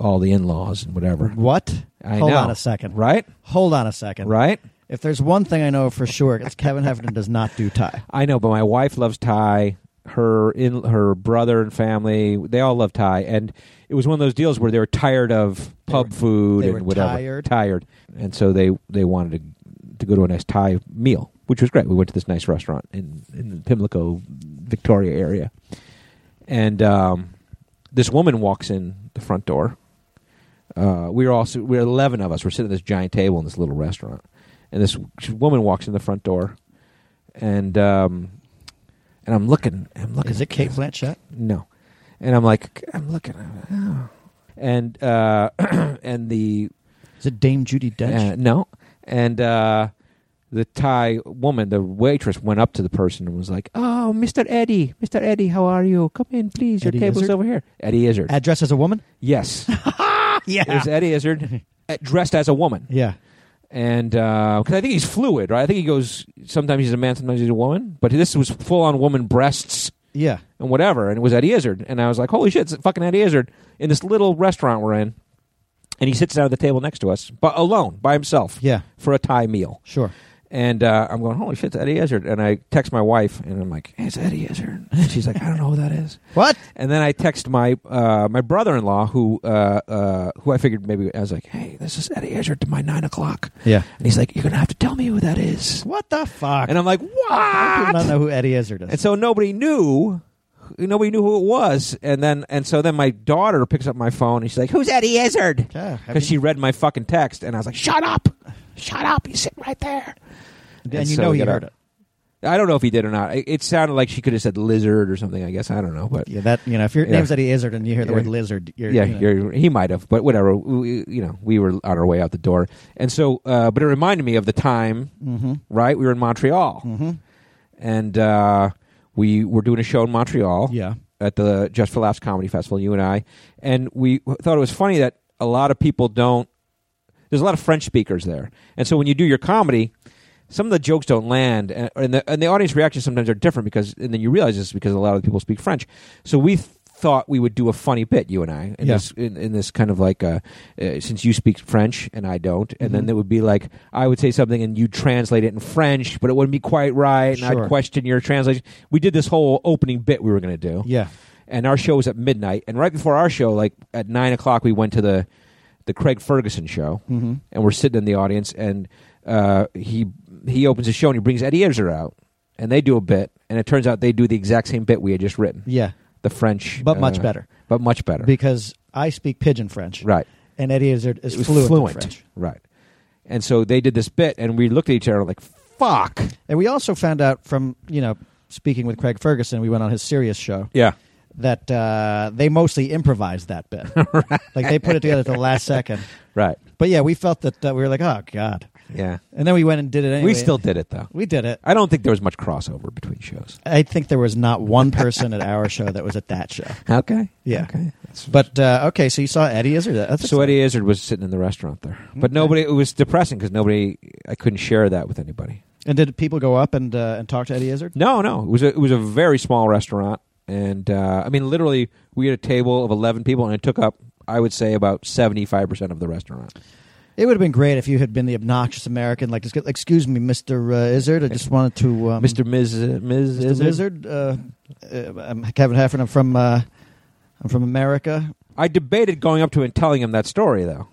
all the in laws and whatever.
What?
I
Hold
know.
on a second.
Right,
Hold on a second.
right.
If there's one thing I know for sure, it's Kevin Heffernan does not do Thai.
I know, but my wife loves Thai. Her in her brother and family, they all love Thai, and it was one of those deals where they were tired of pub food
they
and
were
whatever,
tired.
and so they they wanted to to go to a nice Thai meal, which was great. We went to this nice restaurant in in the Pimlico, Victoria area, and um, this woman walks in the front door. Uh, we were also we were eleven of us. We're sitting at this giant table in this little restaurant, and this woman walks in the front door, and um, and I'm looking, I'm looking.
Is it Kate Blanchett?
No, and I'm like, I'm looking, oh. and uh, and the
Is it Dame Judy Dench?
Uh, no. And uh, the Thai woman, the waitress, went up to the person and was like, "Oh, Mister Eddie, Mister Eddie, how are you? Come in, please. Your
Eddie
table's
Izzard?
over here." Eddie Izzard.
Address as a woman?
yes, it was Eddie Izzard, uh, dressed as a woman,
Yeah.
and because I think he's fluid, right? I think he goes sometimes he's a man, sometimes he's a woman, but this was full on woman breasts
Yeah.
and whatever, and it was Eddie Izzard, and I was like, "Holy shit, it's fucking Eddie Izzard!" In this little restaurant we're in, and he sits down at the table next to us, but alone by himself,
Yeah.
for a Thai meal.
Sure.
And uh, I'm going, holy shit, it's Eddie Izzard. And I text my wife, and I'm like, hey, it's Eddie Izzard. And she's like, I don't know who that is.
What?
And then I text my uh, my brother in law, who uh, uh, who I figured maybe I was like, hey, this is Eddie Izzard to my nine o'clock.
Yeah.
And he's like, you're gonna have to tell me who that is.
What the fuck?
And I'm like,
I do not
what?
know who Eddie Izzard is.
And so nobody knew. Nobody knew who it was, and then and so then my daughter picks up my phone and she's like, "Who's Eddie Izzard?"
Yeah, I mean-
Because she read my fucking text, and I was like, "Shut up, shut up! He's sitting right there."
and
and
you
so
know
we
he
gotta-
heard it.
I don't know if he did or not. It, it sounded like she could have said lizard or something. I guess I don't know, but yeah,
Yeah, that you know, if your
Yeah.
name's Eddie Izzard and you hear the
Yeah.
word lizard, you're, you know.
you're, he might have, but whatever. We, you know, we were on our way out the door, and so, uh, but it reminded me of the time,
Mm-hmm.
right? We were in Montreal,
Mm.
and uh, we were doing a show in Montreal,
Yeah.
at the Just for Laughs Comedy Festival. You and I, and we thought it was funny that a lot of people don't. There's a lot of French speakers there, and so when you do your comedy. Some of the jokes don't land, and, and, the, and the audience reactions sometimes are different because, and then you realize this is because a lot of the people speak French. So we th- thought we would do a funny bit, you and I, in
Yeah.
this in, in this kind of like uh, uh, since you speak French and I don't, and
Mm-hmm.
then it would be like I would say something and you translate it in French, but it wouldn't be quite right, and
Sure.
I'd question your translation. We did this whole opening bit we were going to do,
Yeah.
and our show was at midnight, and right before our show, like at nine o'clock, we went to the the Craig Ferguson show,
Mm-hmm.
and we're sitting in the audience, and uh, he he opens his show and he brings Eddie Izzard out, and they do a bit, and it turns out they do the exact same bit we had just written
Yeah.
the French,
But much better.
But much better,
Because I speak pigeon French.
Uh. right?
And Eddie Izzard is
It was
fluent, in French.
right? And so they did this bit, and we looked at each other like, "Fuck!"
And we also found out from, you know, speaking with Craig Ferguson, we went on his serious show.
Yeah,
that uh, they mostly improvised that bit. Like they put it together at the last second.
right.
But yeah, we felt that uh, we were like, oh god.
Yeah,
And then we went and did it anyway.
we still did it though.
We did it.
I don't think there was much crossover between shows.
I think there was not one person at our show that was at that show.
Okay,
Yeah.
okay. That's-
But uh, okay, so you saw Eddie Izzard. That's
so Eddie Izzard was sitting in the restaurant there, but
Okay.
nobody. It was depressing because nobody. I couldn't share that with anybody.
And did people go up and uh, and talk to Eddie Izzard?
No, no. It was a, it was a very small restaurant, and uh, I mean, literally, we had a table of eleven people, and it took up, I would say, about seventy five percent of the restaurant.
It would have been great if you had been the obnoxious American, like, just, excuse me, Mister uh, Izzard. I just wanted to, um,
Mr. Ms. Ms.
Mr. Izzard. Uh, uh, I'm Kevin Heffernan. I'm from uh, I'm from America.
I debated going up to him and telling him that story, though.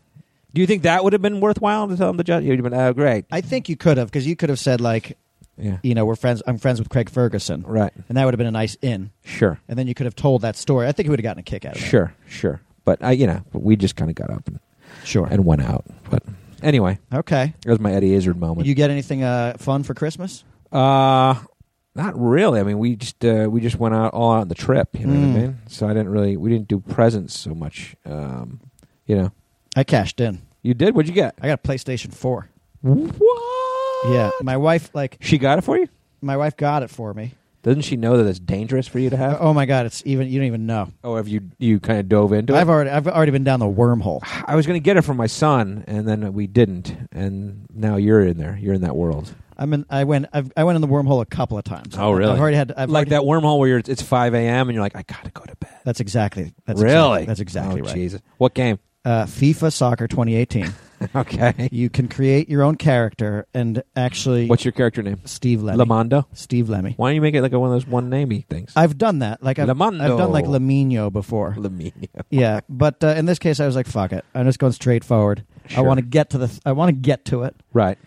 Do you think that would have been worthwhile to tell him the judge? You'd have been, oh, great.
I think you could have because you could have said like,
Yeah.
you know, we're friends. I'm friends with Craig Ferguson,
Right.
and that would have been a nice in.
Sure.
And then you could have told that story. I think he would have gotten a kick out of it.
Sure. Sure. But I, you know, but we just kind of got up and,
sure.
and went out. But anyway,
okay.
that was my Eddie Izzard moment.
You get anything uh, fun for Christmas?
uh, not really. I mean, we just uh, we just went out all out on the trip. You know what
Mm.
I mean? So I didn't really we didn't do presents so much. Um, you know,
I cashed in.
you did. What'd you get?
I got a PlayStation Four.
What?
Yeah, my wife like
She got it for you.
my wife got it for me.
Doesn't she know that it's dangerous for you to have?
Oh my god, it's even you don't even know.
Oh, have you you kind of dove into it?
I've already I've already been down the wormhole.
I was going to get it for my son, and then we didn't, and now you're in there. You're in that world.
I'm in, I went I've, I went in the wormhole a couple of times.
Oh, really?
I've already had I've
like
already-
that wormhole where you're, it's 5 a.m. and you're like, I gotta go to bed.
That's exactly that's
really?
exactly- that's exactly
oh,
right.
Jesus. What game?
Uh, FIFA Soccer 2018.
okay.
you can create your own character and actually
What's your character name?
Steve Lemmy.
Lamondo.
Steve Lemmy.
Why don't you make it like a, one of those one namey things?
I've done that. Like I've,
Lamondo.
I've done like Lamino before.
Lamino.
yeah, but uh, in this case, I was like, "Fuck it, I'm just going straight forward. I
Sure.
want to get to the. I want to get to it."
Right.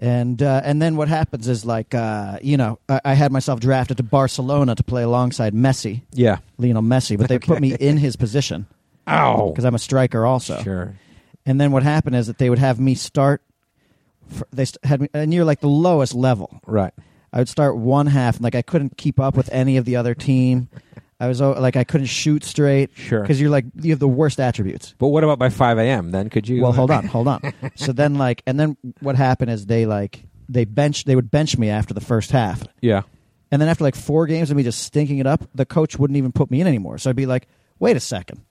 And uh, and then what happens is like uh, you know I, I had myself drafted to Barcelona to play alongside Messi,
Yeah.
Lionel Messi, but they put me in his position
Ow.
because I'm a striker also.
Sure.
And then what happened is that they would have me start. For, they st- had me and you're like the lowest level.
Right.
I would start one half, and like I couldn't keep up with any of the other team. I was uh, like, I couldn't shoot straight.
Sure.
Because you're like, you have the worst attributes.
But what about by 5 a.m. then? Could you?
Well, hold on, hold on. so then, like, and then what happened is they like they bench they would bench me after the first half,
Yeah.
and then after like four games of me just stinking it up, the coach wouldn't even put me in anymore. So I'd be like, wait a second,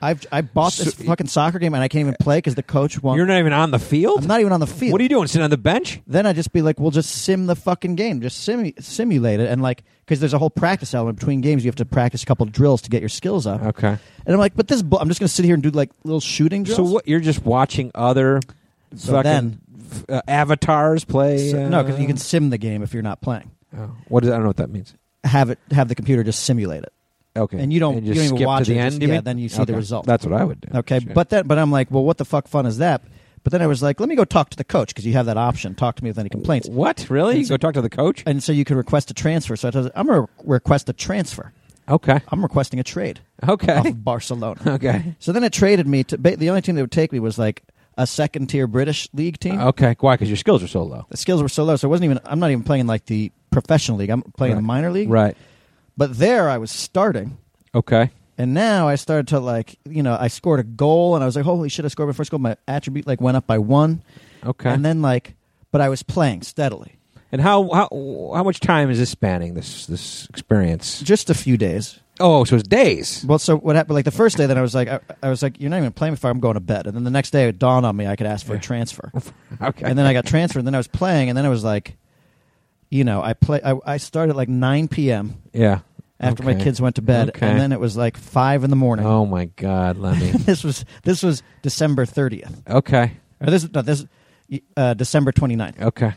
I've I bought this
So-
fucking soccer game and I can't even play because the coach won't.
You're not even on the field?
I'm not even on the field.
What are you doing? Sitting on the bench?
Then I'd just be like, we'll just sim the fucking game, just simu- simulate it, and like because there's a whole practice element between games. You have to practice a couple drills to get your skills up.
Okay.
And I'm like, but this, bu- I'm just gonna sit here and do like little shooting drills.
So what? You're just watching other
So
fucking
then-
f- uh, avatars play?
So- no, because you
uh,
can sim the game if you're not playing.
oh. what is? I don't know what that means.
Have it, have the computer just simulate it,
Okay.
and you don't, you
just
don't even
skip
watch
to the
it.
end.
just-
you
yeah,
mean?
then you see
Okay.
the result.
That's what I would do.
okay,
Shit.
but then, but I'm like, well, what the fuck fun is that? But then I was like, let me go talk to the coach because you have that option. Talk to me with any complaints,
what? Really? You
And so-
go talk to the coach?
and so you can request a transfer. So I told her, I'm gonna request a transfer.
Okay.
I'm requesting a trade off
Okay.
of Barcelona.
Okay.
So then it traded me to ba- the only team that would take me was like a second tier British league team.
Okay. Why? Because your skills are so low.
The skills were so low, so it wasn't even. I'm not even playing in, like the professional league. I'm playing in
Right.
the minor league.
Right.
But there, I was starting,
Okay.
and now I started to like. You know, I scored a goal, and I was like, "Holy shit! I scored my first goal." My attribute like went up by one,
Okay.
and then like, but I was playing steadily,
And how how how much time is this spanning this this experience?
just a few days.
Oh, so it's days.
Well, so what happened? Like the first day, then I was like, I, I was like, "You're not even playing before I'm going to bed." And then the next day, it dawned on me I could ask for a transfer.
Okay.
and then I got transferred. And then I was playing, and then I was like, you know, I play. I, I started at like 9 p.m.
yeah.
after my
Okay.
kids went to bed,
Okay.
and then it was like five in the morning.
Oh my God, Lemmy.
This was this was December 30th.
okay.
Or this no, this uh, December 29th.
Okay.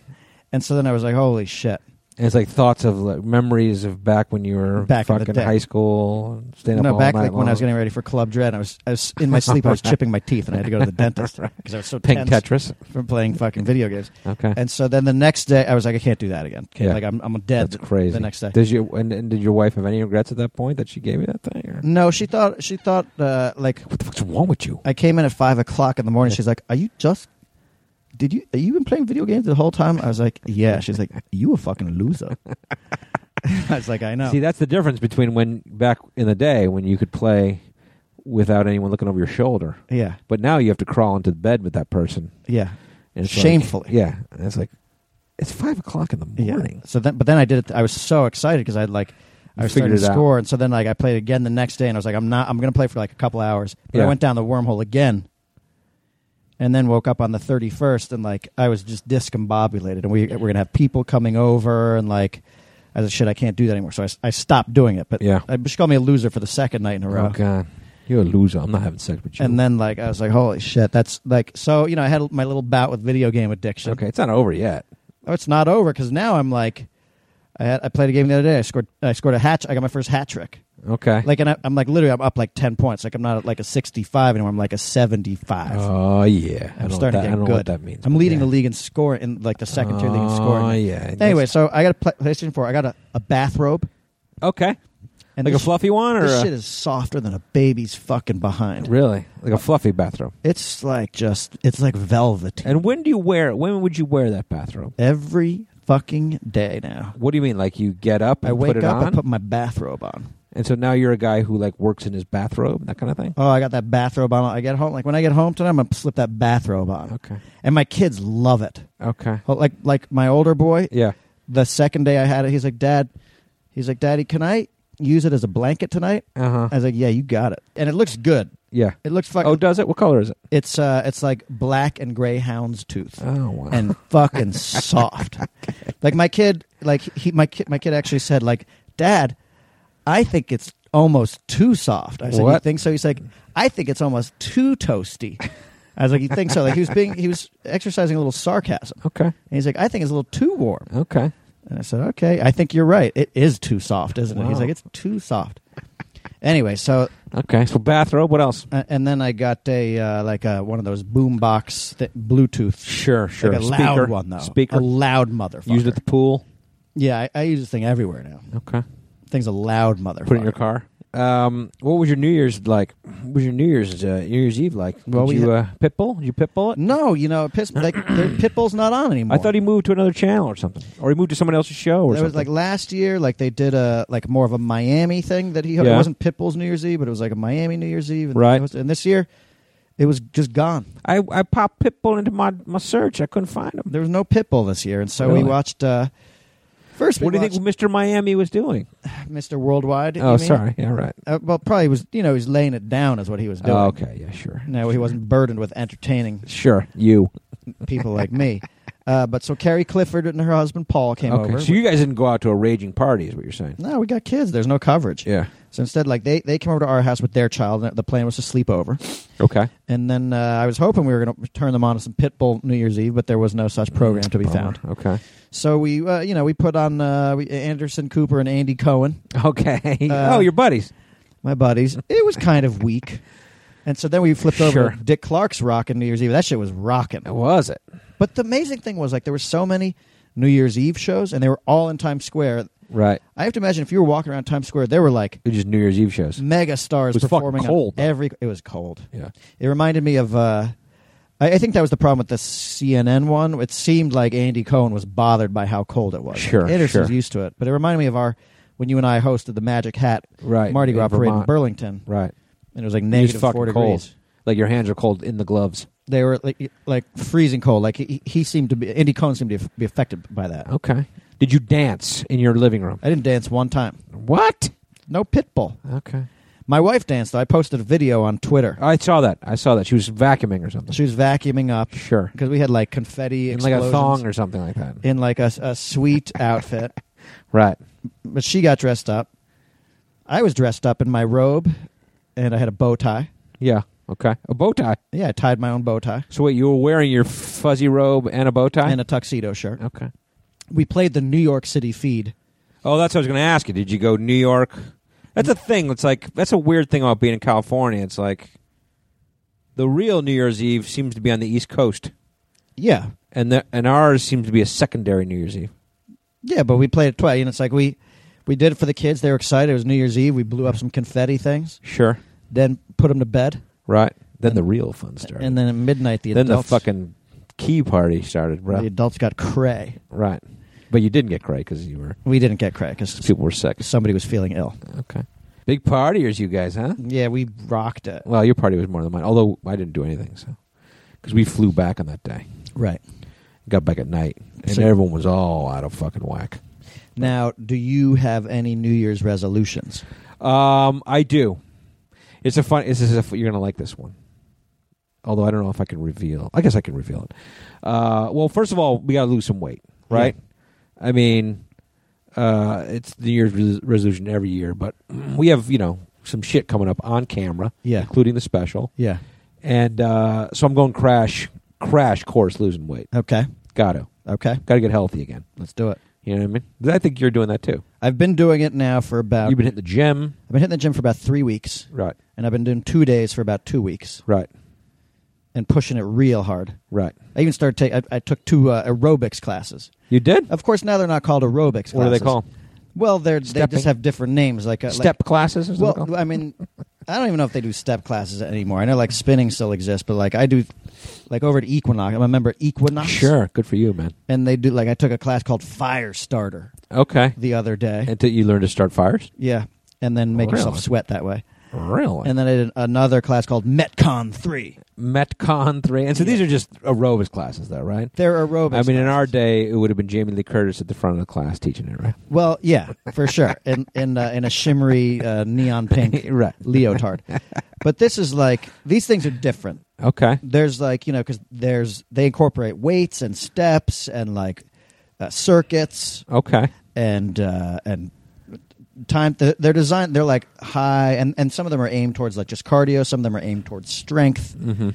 And so then I was like, holy shit.
And it's like thoughts of like, memories of back when you were
Back in the
fucking
day.
high school, staying up
no,
all
back
night
like when I was
long,
getting ready for Club Dread, I was I was in my sleep. I was chipping my teeth, and I had to go to the dentist because I was so
playing
tense
Tetris.
from playing fucking video games.
Okay.
And so then the next day, I was like, I can't do that again.
Yeah.
Like I'm I'm dead.
That's crazy.
The next day.
Does your and, and did your wife have any regrets at that point that she gave you that thing? Or?
No, she thought she thought uh, like
What the fuck's wrong with you?
I came in at five o'clock in the morning. She's like, "Are you just? Did you? Are you been playing video games the whole time?" I was like, "Yeah." She's like, "You a fucking loser." I was like, "I know."
See, that's the difference between when back in the day when you could play without anyone looking over your shoulder,
yeah,
but now you have to crawl into bed with that person.
yeah,
And it's like-
shamefully.
yeah, and it's like it's five o'clock in the
yeah.
morning.
So then, but then I did it. I was so excited because I had like.
You
I was starting
figured
to
it out.
score, and so then like I played again the next day, and I was like, "I'm not. I'm going to play for like a couple hours." But
Yeah.
I went down the wormhole again, and then woke up on the 31st, and like I was just discombobulated, and we we're going to have people coming over, and like I was like, "Shit, I can't do that anymore." So I, s- I stopped doing it. But
Yeah.
I, she called me a loser for the second night in a row.
Oh God, you're a loser. I'm not having sex with you.
And then like I was like, "Holy shit, that's like." So you know, I had my little bout with video game addiction.
okay, it's not over yet.
Oh, it's not over because now I'm like, I, had, I played a game the other day. I scored. I scored a hatch. I got my first hat trick.
Okay,
Like, and I, I'm like literally, I'm up like ten points. Like, I'm not at like a 65 anymore. I'm like a 75.
oh yeah, I
I'm
don't know what
starting
that,
to
I don't
get good.
know what that means.
I'm
but
leading
yeah.
the league in score in like the second tier league in
Oh
scoring.
yeah.
Anyway, so I got a pla PlayStation 4. I got a, a bathrobe.
okay,
And
like a
this-
fluffy one or
This
a-
shit is softer than a baby's fucking behind.
really like a fluffy bathrobe.
It's like just, it's like velvet
And when do you wear? When would you wear that bathrobe?
every fucking day now.
What do you mean? Like you get up and
I wake
put it
up,
on,
I put my bathrobe on.
and so now you're a guy who like works in his bathrobe, that kind of thing.
Oh, I got that bathrobe on. I get home. Like when I get home tonight, I'm gonna slip that bathrobe on.
Okay.
And my kids love it.
Okay.
Oh, Like like my older boy,
Yeah.
the second day I had it, he's like, Dad, he's like, Daddy, can I use it as a blanket tonight?
Uh
I
huh.
was like, Yeah, you got it. And it looks good.
Yeah.
It looks fucking.
Oh, does it? What color is it?
it's uh, it's like black and gray hound's tooth.
Oh wow.
and fucking soft. Like my kid, like he, my kid, my kid actually said, like, Dad, I think it's almost too soft. I said, you
What?
think so? He's like, I think it's almost too toasty. I was like, you think so? Like he was being, he was exercising a little sarcasm,
okay.
and he's like, I think it's a little too warm.
Okay.
And I said, okay, I think you're right. It is too soft, isn't it? He's
Wow.
like, it's too soft. Anyway, so
Okay. So bathrobe. What else?
uh, and then I got a uh, like a, one of those boombox th- Bluetooth
Sure. Sure.
like a
Speaker.
loud one though.
Speaker.
a loud motherfucker.
Used at the pool.
yeah, I, I use this thing everywhere now.
Okay.
Thing's a loud motherfucker.
Put it in your car. Um, what was your New Year's like? What was your New Year's uh, New Year's Eve like?
Well,
Did
we
you
had-
uh, pit bull? Did you pit bull it?
No, you know, piss, like their Pitbull's not on anymore.
I thought he moved to another channel or something, or he moved to someone else's show or
There
something.
was like last year, like they did a like more of a Miami thing that he.
Yeah.
It wasn't Pitbull's New Year's Eve, but it was like a Miami New Year's Eve, and
Right.
it was- and this year, it was just gone.
I I popped Pitbull into my, my search. I couldn't find him.
There was no Pitbull this year, and so
Really?
we watched. uh First, we
What do you
watched
think Mr. Miami was doing?
Mr. Worldwide. you
Oh,
mean?
sorry. Yeah, right.
Uh, well, probably was you know he's laying it down is what he was doing.
Oh, okay. Yeah, sure.
No, he wasn't burdened with entertaining
Sure. You.
people like me. Uh, but so Carrie Clifford and her husband Paul came
okay.
over.
So you guys didn't go out to a raging party, is what you're saying?
no, we got kids. There's no coverage.
Yeah.
So instead, like they, they came over to our house with their child. And the plan was to sleep over,
Okay.
and then uh, I was hoping we were going to turn them on to some Pitbull New Year's Eve, but there was no such program to be found.
Okay.
So we, uh, you know, we put on uh, we, Anderson Cooper and Andy Cohen,
Okay.
Uh,
oh, your buddies.
my buddies. It was kind of weak, and so then we flipped over
Sure.
to Dick Clark's Rockin' New Year's Eve. That shit was rocking.
Was it?
But the amazing thing was like there were so many New Year's Eve shows, and they were all in Times Square.
Right.
I have to imagine if you were walking around Times Square, there were like
It was just New Year's Eve shows.
mega stars
It was fucking
performing. on
cold, though.
every it was cold.
Yeah.
It reminded me of. Uh, I, I think that was the problem with the CNN one. It seemed like Andy Cohen was bothered by how cold it was.
Sure,
Anderson's
sure.
used to it, but it reminded me of our when you and I hosted the Magic Hat
Right,
Mardi
in
Gras parade in
Vermont.
Burlington,
Right.
and it was like
It was
negative
fucking
four
cold.
degrees.
Like your hands are cold in the gloves.
They were like like freezing cold. Like he, he seemed to be Andy Cohen seemed to be affected by that.
Okay. Did you dance in your living room?
I didn't dance one time.
What?
No pitbull.
Okay.
My wife danced. though. I posted a video on Twitter.
I saw that. I saw that. She was vacuuming or something.
She was vacuuming up
sure.
because we had like confetti
In like a
explosions
thong or something like that.
in like a, a sweet outfit.
Right.
But she got dressed up. I was dressed up in my robe, and I had a bow tie.
Yeah. Okay. A bow tie.
Yeah, I tied my own bow tie
So wait, you were wearing your fuzzy robe and a bow tie?
and a tuxedo shirt.
okay.
We played the New York City feed.
Oh, that's what I was going to ask you. Did you go New York? That's a thing. It's like that's a weird thing about being in California. It's like the real New Year's Eve seems to be on the East Coast,
Yeah,
and the, and ours seems to be a secondary New Year's Eve.
yeah, but we played it twice, and it's like we we did it for the kids. They were excited. It was New Year's Eve. We blew up some confetti things,
Sure.
then put them to bed,
Right. Then the real fun started.
and then at midnight the
then the
adults
fucking key party started, bro.
the adults got cray.
Right. But you didn't get cray because you were
We didn't get cray 'cause
people were sick.
somebody was feeling ill.
Okay. Big partiers, you guys, huh?
Yeah, we rocked it.
Well, your party was more than mine. Although I didn't do anything, so because we flew back on that day,
Right.
got back at night, and
So-
everyone was all out of fucking whack.
Now, do you have any New Year's resolutions?
Um, I do. It's a fun. This is a, you're gonna like this one. Although I don't know if I can reveal. I guess I can reveal it. Uh, well, first of all, we gotta lose some weight, right? I mean, uh, it's the New year's res- resolution every year, but we have you know some shit coming up on camera,
Yeah.
including the special,
Yeah.
and uh, so I'm going crash, crash course losing weight.
Okay.
Got to.
Okay.
Got to get healthy again.
Let's do it.
You know what I mean? 'Cause I think you're doing that too.
I've been doing it now for about
You've been hitting the gym.
I've been hitting the gym for about 3 weeks
Right,
and I've been doing 2 days for about 2 weeks
right,
and pushing it real hard.
right.
I even started take I, I took two uh, aerobics classes.
You did?
Of course, now they're not called aerobics classes.
What do they call 'em?
Well, they're they
Stepping?
just have different names like uh, like-
Step classes or something?
Well, I mean, I don't even know if they do step classes anymore. I know like spinning still exists, but like I do, like over at Equinox, I'm a member at Equinox.
sure. Good for you, man.
And they do like I took a class called Fire Starter
Okay.
the other day.
Until you learn to start fires?
yeah, and then make
Oh, Really?
yourself sweat that way.
Really?
And
And
then I did another class called Metcon Three.
Metcon 3. And so these are just aerobics classes, though, right?
They're aerobics.
I mean, in our
classes.
day, it would have been Jamie Lee Curtis at the front of the class teaching it, right?
well, yeah, for sure, in in uh, in a shimmery uh, neon pink
Right.
leotard. But this is like these things are different.
Okay.
there's like you know because there's they incorporate weights and steps and like uh, circuits
Okay.
and uh, and time th- they're designed they're like high and and some of them are aimed towards like just cardio some of them are aimed towards strength
Mm-hmm.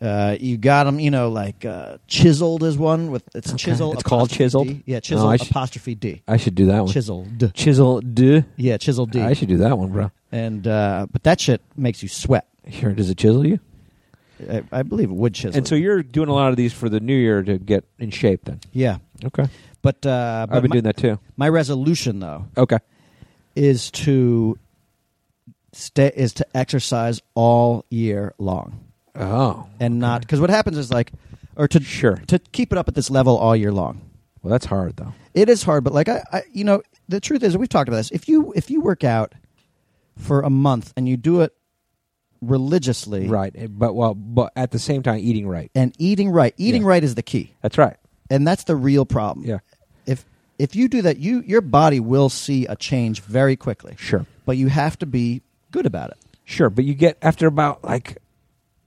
uh, you got them you know like uh, chiseled is one with it's chiseled
It's called
apostrophe
chiseled?
D. yeah
No,
chiseled
I sh-
apostrophe d
I should do that one.
chiseled
Chisel D.
yeah chiseled d
I should do that one, bro.
and uh, but that shit makes you sweat
Sure. Does it chisel you?
I, I believe it would chisel
And so
you.
you're doing a lot of these for the new year to get in shape then.
yeah
Okay.
but, uh, but
I've been
my-
doing that too.
my resolution though
Okay.
is to stay is to exercise all year long
Oh,
and not because what happens is like or to
Sure.
to keep it up at this level all year long.
well, that's hard though.
It is hard, but like I, I you know, the truth is we've talked about this. If you if you work out for a month and you do it religiously,
Right, eh, but well, but at the same time, eating right.
and eating right, eating
Yeah.
right is the key,
That's right.
and that's the real problem.
Yeah.
If if you do that, you your body will see a change very quickly.
Sure.
but you have to be good about it.
Sure, but you get after about like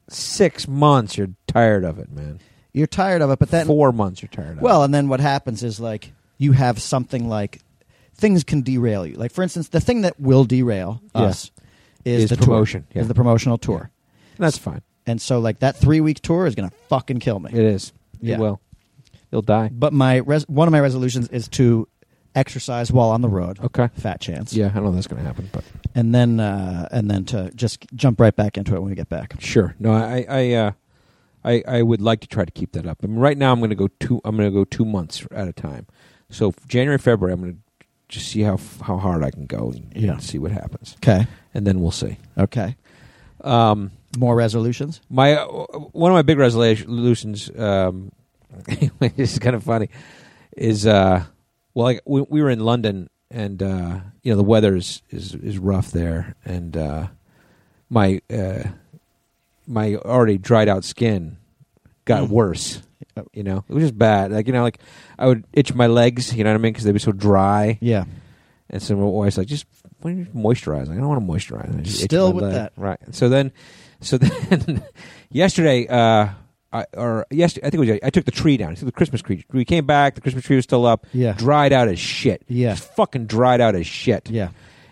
six months, you're tired of it, man.
You're tired of it, but then
Four months, you're tired of
Well,
it.
and then what happens is like you have something like things can derail you. Like for instance, the thing that will derail
Yeah.
us is,
Is
the
promotion,
tour,
yeah.
is the promotional tour.
Well, that's fine.
And so like that 3 week tour is going to fucking kill me.
It is.
Yeah.
It will. You'll die.
But my res- one of my resolutions is to exercise while on the road.
Okay.
Fat chance.
Yeah, I don't know if that's going to happen, but
And then uh and then to just jump right back into it when we get back.
sure. No, I, I, uh, I, I would like to try to keep that up. I mean, right now, I'm going to go two. I'm going to go two months at a time. So f- January, February, I'm going to just see how f- how hard I can go and
Yeah.
see what happens,
Okay.
and then we'll see.
Okay.
Um,
More resolutions?
my uh, one of my big resolutions um this is kind of funny is uh well like we, we were in london and uh you know the weather is is, is rough there and uh my uh my already dried out skin got
Mm.
worse
Oh.
you know it was just bad like you know like i would itch my legs you know what i mean because they were so dry
Yeah.
and so my wife's like, just why don't you moisturize? Like, I don't want to moisturize. I just itch
Still
my
with
leg.
that.
right? So then, so then, yesterday, uh, I, or yesterday, I think it was. yesterday, I took the tree down. I took the Christmas tree. We came back. The Christmas tree was still up.
Yeah.
dried out as shit.
Yeah.
Just fucking dried out as shit.
Yeah.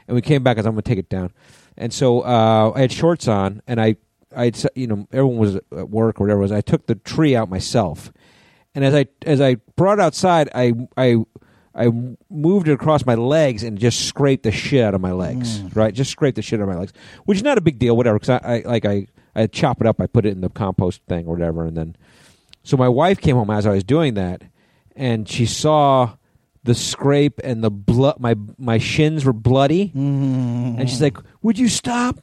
And we came back as I'm going to take it down. And so uh, I had shorts on, and I, I, had s- you know, everyone was at work or whatever. It was I took the tree out myself, and as I as I brought it outside, I I I moved it across my legs and just scraped the shit out of my legs. Right, just scraped the shit out of my legs, which is not a big deal, whatever. Because I, I like I I chop it up, I put it in the compost thing or whatever, and then so my wife came home as I was doing that, and she saw the scrape and the blood. My my shins were bloody, and she's like, "Would you stop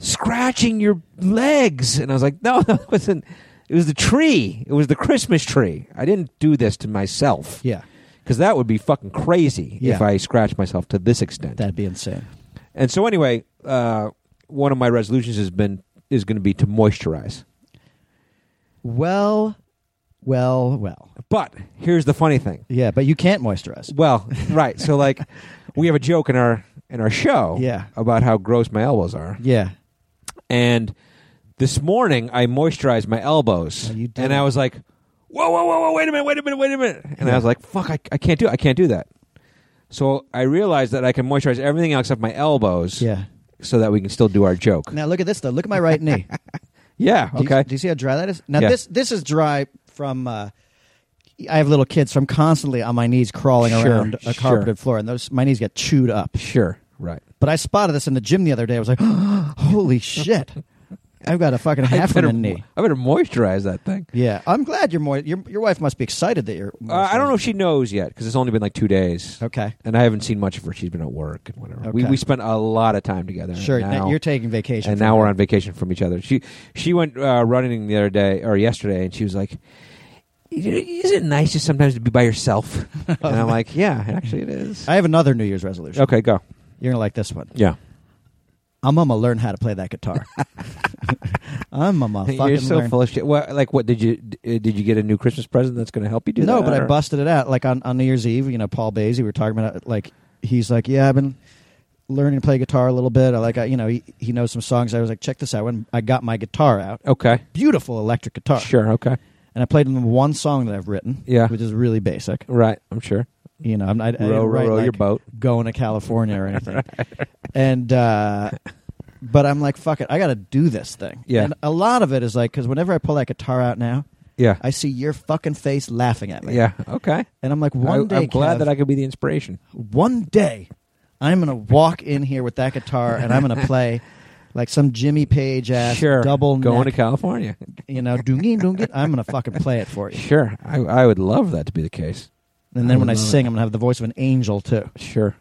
scratching your legs?" And I was like, "No, no, it wasn't. It was the tree. It was the Christmas tree. I didn't do this to myself
Yeah.
because that would be fucking crazy if
Yeah.
I scratched myself to this extent."
That'd be insane.
and so anyway, uh, one of my resolutions has been is going to be to moisturize.
Well, well, well.
But here's the funny thing.
Yeah, but you can't moisturize.
Well, right. So like we have a joke in our in our show
Yeah.
about how gross my elbows are.
Yeah.
And this morning I moisturized my elbows
Oh, you did.
and I was like, "Whoa, whoa, whoa, whoa, wait a minute, wait a minute, wait a minute." And I was like, "Fuck, I, I can't do I can't do that." So I realized that I can moisturize everything else except my elbows
Yeah.
so that we can still do our joke.
Now look at this though. Look at my right knee.
Yeah,
Do you-
okay.
Do you, see how dry that is? Now
Yeah.
this this is dry from. Uh, I have little kids, so I'm constantly on my knees crawling
Sure,
around a
sure.
carpeted floor, and those my knees get chewed up.
sure, right.
But I spotted this in the gym the other day. I was like, "Holy shit! I've got a fucking half
I
of a
better,
knee."
I better moisturize that thing.
Yeah, I'm glad you're more. Your, your wife must be excited that you're.
Uh, I don't know if she knows yet because it's only been like two days.
Okay,
and I haven't seen much of her. She's been at work and whatever. We
Okay.
we spent a lot of time together.
sure.
And
now
now,
you're taking vacation,
and
from
now
her.
we're on vacation from each other. She she went uh, running the other day or yesterday, and she was like, "Is it nice just sometimes to be by yourself?" and I'm like, "Yeah, actually, it is."
I have another New Year's resolution.
Okay, go.
You're gonna like this one.
Yeah,
I'm gonna learn how to play that guitar. I'm gonna fucking
you're so
learn.
full of shit. What, like, what did you d- uh, did you get a new Christmas present that's going to help you do
no,
that?
but I
or-
busted it out. Like on, on New Year's Eve, you know, Paul Basie, we were talking about, like, he's like, yeah, I've been learning to play guitar a little bit. I like, I, you know, he, he knows some songs. I was like, check this out. When I got my guitar out,
Okay,
beautiful electric guitar.
sure. Okay,
And I played him one song that I've written,
Yeah.
which is really basic.
right. I'm sure.
You know, I'm, I, I didn't
row, row,
write,
row
like,
your boat.
going to California or anything. and uh but I'm like, fuck it, I got to do this thing.
Yeah.
And a lot of it is like because whenever I pull that guitar out now,
Yeah,
I see your fucking face laughing at me.
yeah. Okay.
And I'm like, one
I,
day,
I'm glad
Kev,
that I could be the inspiration.
one day, I'm gonna walk in here with that guitar and I'm gonna play. Like some Jimmy Page ass
sure,
double
going to
neck,
California.
you know, doongin doongin. I'm gonna fucking play it for you,
Sure, I, I would love that to be the case.
and
I
then when I
love
sing, I'm gonna have the voice of an angel too.
Sure.